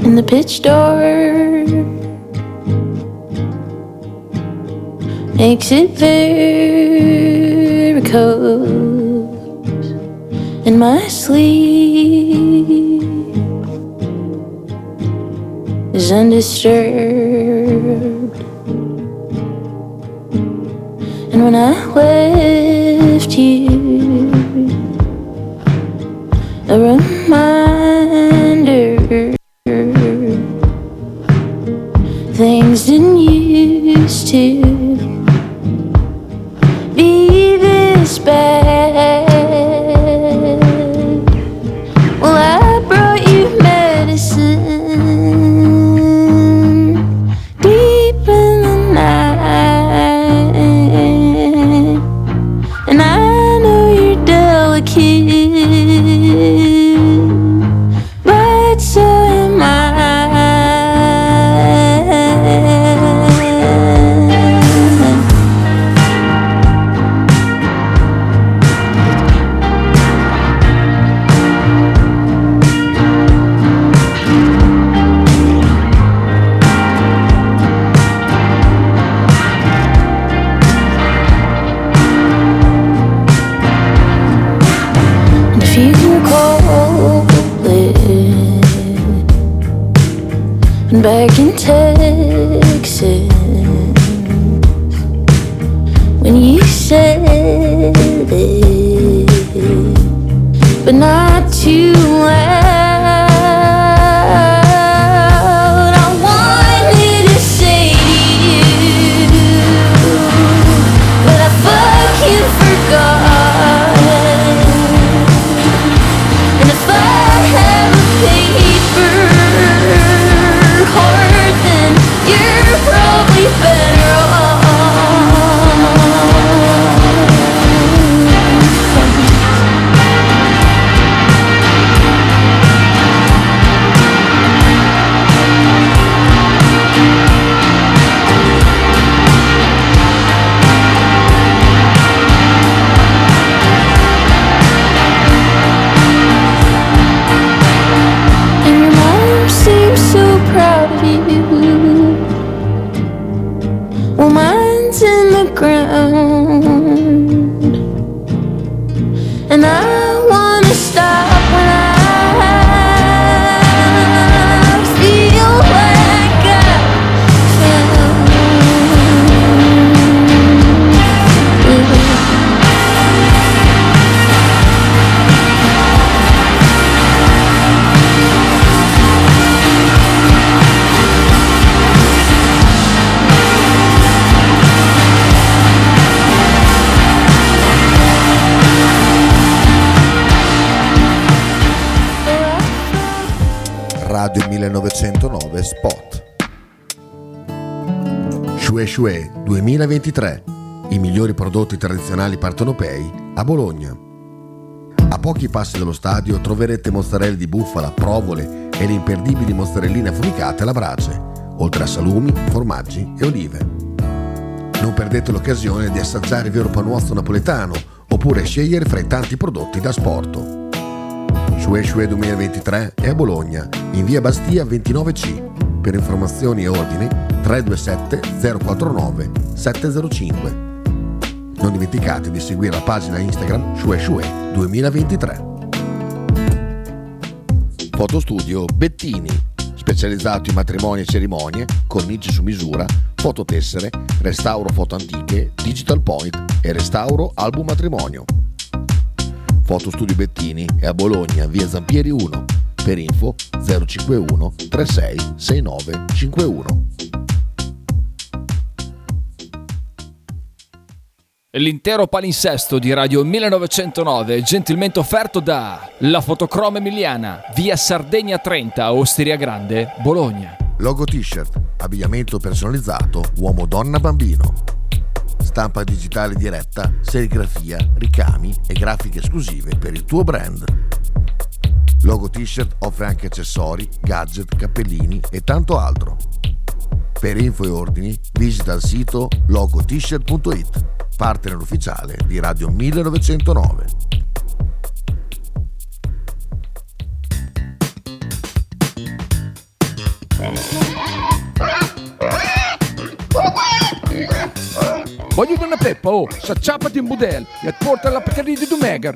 O: in the pitch dark makes it very cold in my sleep is undisturbed and when I left you a reminder Things didn't used to be this bad. Well, I brought you medicine deep in the night, and I know you're delicate. But so am I. And If you can call it back in Texas when you said it, but not too loud. I wanted to say to you. But I fucking forgot. And if I have a paper heart, then you're probably better off.
R: Radio 1909 Spot.
A: Shue Shue 2023. I migliori prodotti tradizionali partenopei a Bologna. A pochi passi dallo stadio troverete mozzarella di bufala, provole e le imperdibili mozzarelline affumicate alla brace, oltre a salumi, formaggi e olive. Non perdete l'occasione di assaggiare il vero panuozzo napoletano oppure scegliere fra i tanti prodotti da sporto. Shue Shue 2023 è a Bologna, in via Bastia 29C. Per informazioni e ordini 327 049 705. Non dimenticate di seguire la pagina Instagram Shue Shue 2023.
K: Fotostudio Bettini, specializzato in matrimoni e cerimonie, cornici su misura, fototessere, restauro foto antiche, digital point e restauro album matrimonio. Fotostudio Bettini è a Bologna, via Zampieri 1. Per info 051 36 69 51.
S: L'intero palinsesto di Radio 1909 è gentilmente offerto da La Fotocroma Emiliana, via Sardegna 30, Osteria Grande, Bologna.
A: Logo t-shirt, abbigliamento personalizzato, uomo, donna, bambino. Stampa digitale diretta, serigrafia, ricami e grafiche esclusive per il tuo brand. Logo T-shirt offre anche accessori, gadget, cappellini e tanto altro. Per info e ordini visita il sito logotshirt.it, partner ufficiale di Radio 1909.
B: Voglio una peppa, oh, s'acciappati in budel e porta la Pcaridi di Dumegar.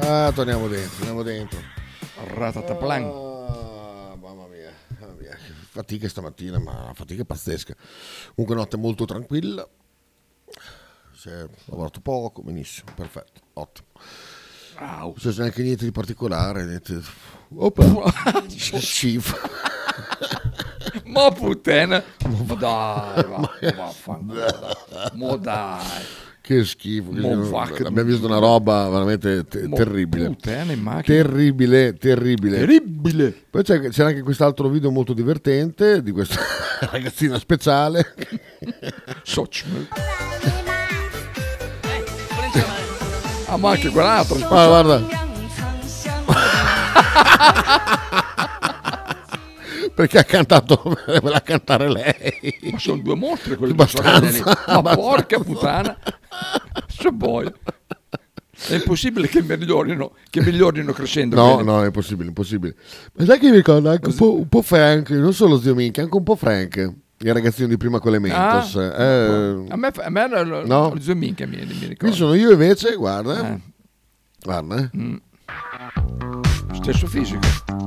K: Ah, torniamo dentro, torniamo dentro.
B: Ratataplan.
K: Ah, mamma mia, mamma mia, che fatica stamattina, ma una fatica pazzesca. Comunque notte molto tranquilla. Si è lavorato poco, benissimo, perfetto, ottimo. Non c'è neanche niente di particolare, niente. Opa! Schifo.
B: Ma puttana. Ma dai, va, vaffanculo, dai. Mo dai.
K: Che schifo. Che
B: Mon
K: schifo.
B: fuck.
K: Abbiamo visto una roba veramente te-
B: Mo
K: terribile.
B: puttana in macchina.
K: terribile. Terribile,
B: Terribile.
K: Poi c'è- c'era anche quest'altro video molto divertente di questa ragazzina speciale.
B: Sochmu. Ah, ma anche quell'altro.
K: Ah, guarda. Perché ha cantato, voleva cantare lei.
B: Ma sono due mostre quelle due sorelle lì.
K: Abbastanza.
B: Ma porca puttana. Se vuoi. È impossibile che migliorino, che migliorino crescendo.
K: No,
B: quelli.
K: no, è impossibile, impossibile. Ma sai che mi ricorda anche un po', un po' Frank, non solo zio Minchia, anche un po' Frank, il ragazzino di prima con le Mentos.
B: Ah.
K: Eh,
B: A me, a me era lo-
K: No.
B: lo zio minchia mi, mi
K: qui
B: ricordo. Eh. Mm.
K: sono io invece, guarda. Guarda, eh.
B: Stesso fisico.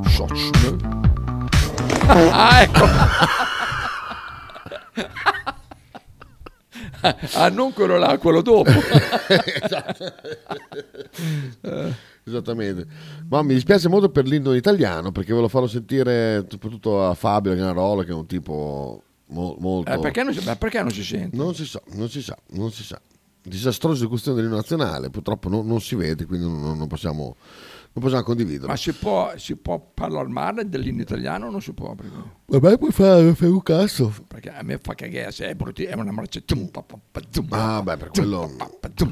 B: Sochmu. Ah, ecco. ah, non quello là, quello dopo. Eh,
K: Eh, Esattamente, ma mi dispiace molto per l'inno italiano perché volevo farlo sentire soprattutto a Fabio Granarolo che è un tipo mo- molto...
B: Eh, perché non si- ma perché non si sente?
K: Non si sa, non si sa, non si sa. Disastrosa esecuzione dell'inno nazionale, purtroppo non, non si vede, quindi non, non possiamo, non possiamo condividerlo.
B: Ma si può, si può parlare male dell'inno italiano o non si può? Perché,
K: Vabbè, puoi fare, fai un cazzo.
B: perché a me fa cagare, se è brutti, è una marcia. Zum, pa, pa, pa, zum,
K: Ah, beh, per quello,
B: zum, pa, pa.
K: per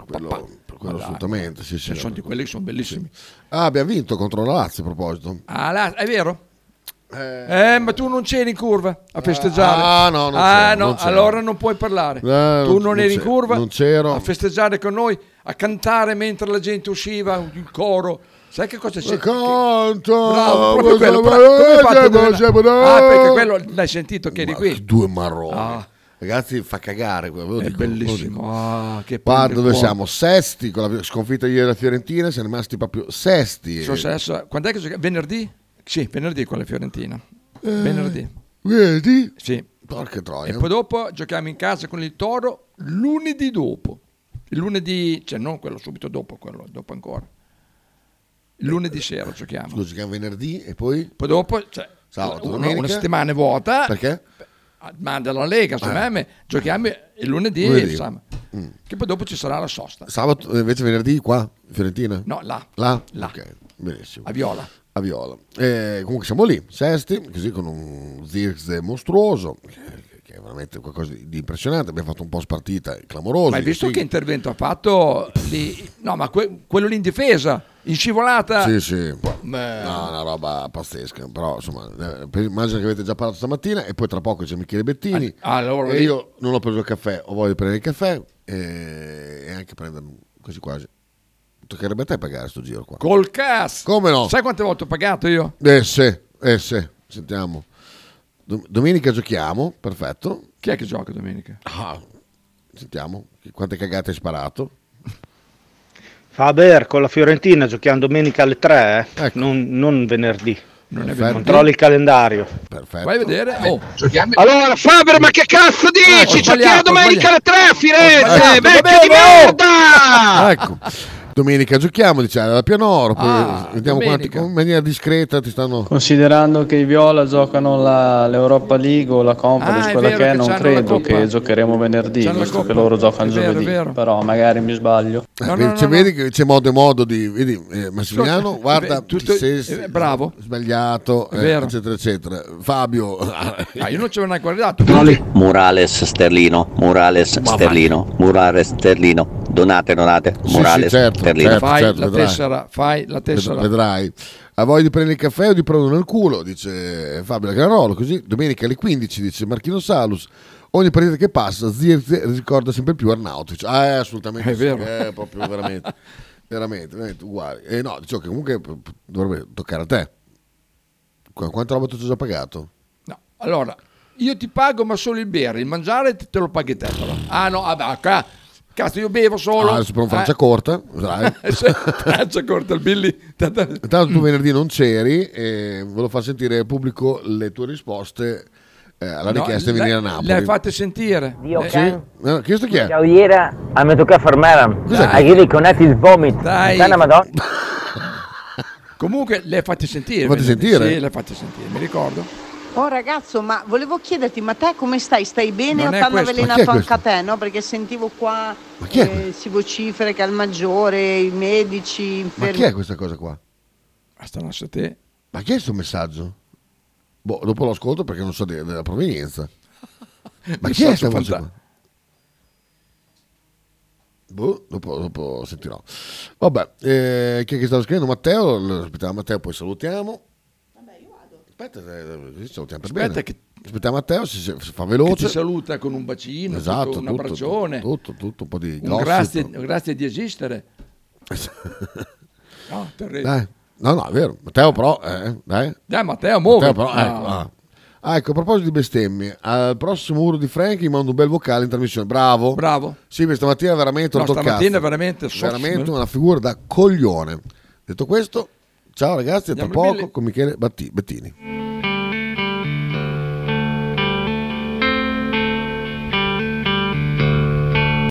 K: quello
B: Ma dai,
K: assolutamente. Sì, sì.
B: Ci Cioè, sono di quelli che sono bellissimi.
K: Ah, abbiamo vinto contro la Lazio a proposito.
B: Ah, là, è vero? Eh, ma tu non c'eri in curva a festeggiare.
K: Ah, no, non
B: Ah,
K: c'ero,
B: no,
K: non c'ero.
B: allora non puoi parlare.
K: Eh,
B: tu non, eri in
K: c'ero,
B: curva
K: Non c'ero.
B: a festeggiare con noi, a cantare mentre la gente usciva, il coro. Sai che cosa c'è?
K: Canto!
B: Bravo, proprio quello. bra- come hai fatto a dirla? Ah, perché quello l'hai sentito che eri qui.
K: Due marroni.
B: Ah.
K: Ragazzi, fa cagare quello. ve lo
B: È
K: dico,
B: bellissimo.
K: ve lo dico.
B: Ah, che
K: Guarda
B: prende
K: dove
B: il cuore.
K: siamo, sesti con la sconfitta ieri della Fiorentina, siamo rimasti proprio sesti.
B: Successo. Quando è che gioca- Venerdì? Sì, venerdì con la Fiorentina.
K: Eh.
B: Venerdì.
K: Vedi?
B: Sì.
K: Porca troia.
B: E poi dopo giochiamo in casa con il Toro lunedì dopo. Il lunedì, cioè non quello subito dopo, quello dopo ancora. Il lunedì sera giochiamo.
K: Scusa, Eh, giochiamo venerdì e poi?
B: Poi dopo, cioè,
K: Sabato,
B: una- una,
K: domenica?
B: settimana è vuota.
K: Perché?
B: Manda la Lega, secondo
K: Ah.
B: me, giochiamo il lunedì, e
K: Lunedì.
B: il sabato.
K: Mm.
B: Che poi dopo ci sarà la sosta.
K: Sabato eh, invece venerdì qua, in Fiorentina?
B: No, là.
K: Là?
B: Là.
K: Ok, benissimo.
B: A Viola.
K: A Viola. Eh, comunque siamo lì, sesti, così con un Zirx mostruoso, che, che è veramente qualcosa di di impressionante. Abbiamo fatto un po' spartita, clamoroso.
B: Ma hai visto
K: sì.
B: che intervento ha fatto lì? No, ma que- quello lì in difesa, in scivolata.
K: Sì, sì.
B: Ma-
K: No, una roba pazzesca. Però insomma, eh, per- immagino che avete già parlato stamattina e poi tra poco c'è Michele Bettini.
B: Ah, allora
K: e
B: lì-
K: io non ho preso il caffè, ho voglia di prendere il caffè eh, e anche prendere quasi quasi. Toccherebbe a te pagare sto giro qua.
B: Col cazzo!
K: Come no?
B: Sai quante volte ho pagato io?
K: Eh sì, eh sì, sentiamo. Dom- Domenica giochiamo, perfetto.
B: Chi è che gioca domenica?
K: Ah, sentiamo, quante cagate hai sparato.
T: Faber con la Fiorentina giochiamo domenica alle 3, eh?
B: Ecco.
T: non, non venerdì.
B: Non
K: è venerdì.
T: Controlli il calendario.
K: Perfetto.
B: Vai a vedere. Oh. Eh,
T: Allora, Faber, ma che cazzo
B: dici? Giochiamo domenica alle
T: 3 a
K: sbagliato, vecchio va
T: di merda!
K: ecco. Domenica giochiamo, diciamo, alla Pianoro, poi
O: Ah,
K: vediamo quanti,
O: domenica.
K: in maniera discreta ti stanno...
O: Considerando che i Viola giocano la- l'Europa League o la Conference,
K: Ah, è
O: quella
K: vero
O: che è,
K: che
O: non
K: c'hanno la
O: credo
K: Coppa.
O: che giocheremo venerdì,
K: C'hanno la
O: visto
K: Coppa.
O: che loro giocano
K: È vero, è
O: giovedì,
K: vero.
O: però magari mi sbaglio.
K: Eh, vedi, c'è, vedi che c'è modo e modo di... Vedi, eh, Massimiliano,
O: Scusa,
K: guarda,
O: eh, tutto-
K: se-
O: eh,
K: se-
B: bravo.
K: Sbagliato,
B: È
K: eh,
B: vero.
K: eccetera, eccetera. Fabio...
B: Ah, io non ci avevo neanche guardato.
A: Morales Sterlino, Morales Sterlino, Morales Sterlino, donate, donate, Morales
K: certo,
A: Sterlino.
O: eh,
K: certo,
B: fai
K: certo,
B: la
K: vedrai.
B: tessera, fai la tessera.
K: Vedrai. Ha voglia di prendere il caffè o di prenderlo nel culo, dice Fabio Granolo. Così domenica alle 15, dice Marchino Salus. Ogni partita che passa, Zirze ricorda sempre più Arnautovic. Ah, è assolutamente.
B: È
K: sì,
B: vero.
K: È proprio veramente. veramente, veramente uguale. E no, dicevo che comunque p- p- dovrebbe toccare a te. Qu- Quanta roba tu ti ho già pagato?
B: Allora, io ti pago ma solo il bere, il mangiare te te lo paghi te però. Ah no, vabbè, ca- cazzo io bevo solo.
K: Ah, adesso per un Francia
B: Eh,
K: corta, vedrai.
B: se- Francia corta, il Billy. tanto-
K: Intanto tu venerdì non c'eri e volevo far sentire al pubblico le tue risposte eh, alla
B: No,
K: richiesta di
B: le-
K: venire a Napoli.
B: Le hai fatte sentire.
U: Dio
B: Eh,
K: Sì? Eh, chiesto chi è?
U: Ciao iera, a me tocca fermare. A ieri conati il vomito.
B: Dai.
U: Sana madonna.
B: Comunque le hai fatte sentire.
K: Le hai fatte
B: venerdì.
K: sentire?
B: Sì, le hai fatte sentire, mi ricordo.
E: Oh ragazzo, ma volevo chiederti, ma te come stai? Stai bene
B: Non
E: o
B: è
E: ti
B: questo.
E: hanno
B: Ma
E: avvelenato
B: chi è
E: anche a te? No? Perché sentivo qua
K: chi è
E: eh, si vocifera che al maggiore, i medici,
K: Ma
E: infermieri.
K: chi è questa cosa qua?
B: Astanasso a te.
K: Ma chi è questo messaggio? Boh, dopo lo ascolto perché non so de- della provenienza. Ma chi è questa
B: Messaggio
K: voce
B: fanta-
K: qua? Boh, dopo, dopo sentirò. Vabbè, eh, chi è che stava scrivendo? Matteo, l- aspettiamo Matteo, poi salutiamo. Aspetta, eh, così salutiamo per
B: Aspetta
K: bene.
B: che-
K: Aspettiamo Matteo, si, si fa
B: Che ti
K: veloce.
B: saluta con un bacino,
K: Esatto,
B: tutto, un
K: tutto,
B: abbraccione.
K: tutto, tutto, tutto, un po' di
B: Un
K: gossip.
B: grazie, grazie di esistere. No, terribile.
K: Dai. No, no, è vero. Matteo però, eh, dai.
B: Dai, Matteo, muovi.
K: però, eh,
B: No.
K: ah. Ah, ecco, a proposito di bestemmie, al prossimo muro di Frank gli mando un bel vocale in trasmissione. Bravo.
B: Bravo.
K: Sì, perché stamattina veramente ho
B: No,
K: toccato.
B: stamattina veramente eh. so-
K: veramente una figura da coglione. Detto questo, ciao ragazzi, a tra
B: Andiamo,
K: poco
B: Billy.
K: con Michele Batti- Bettini.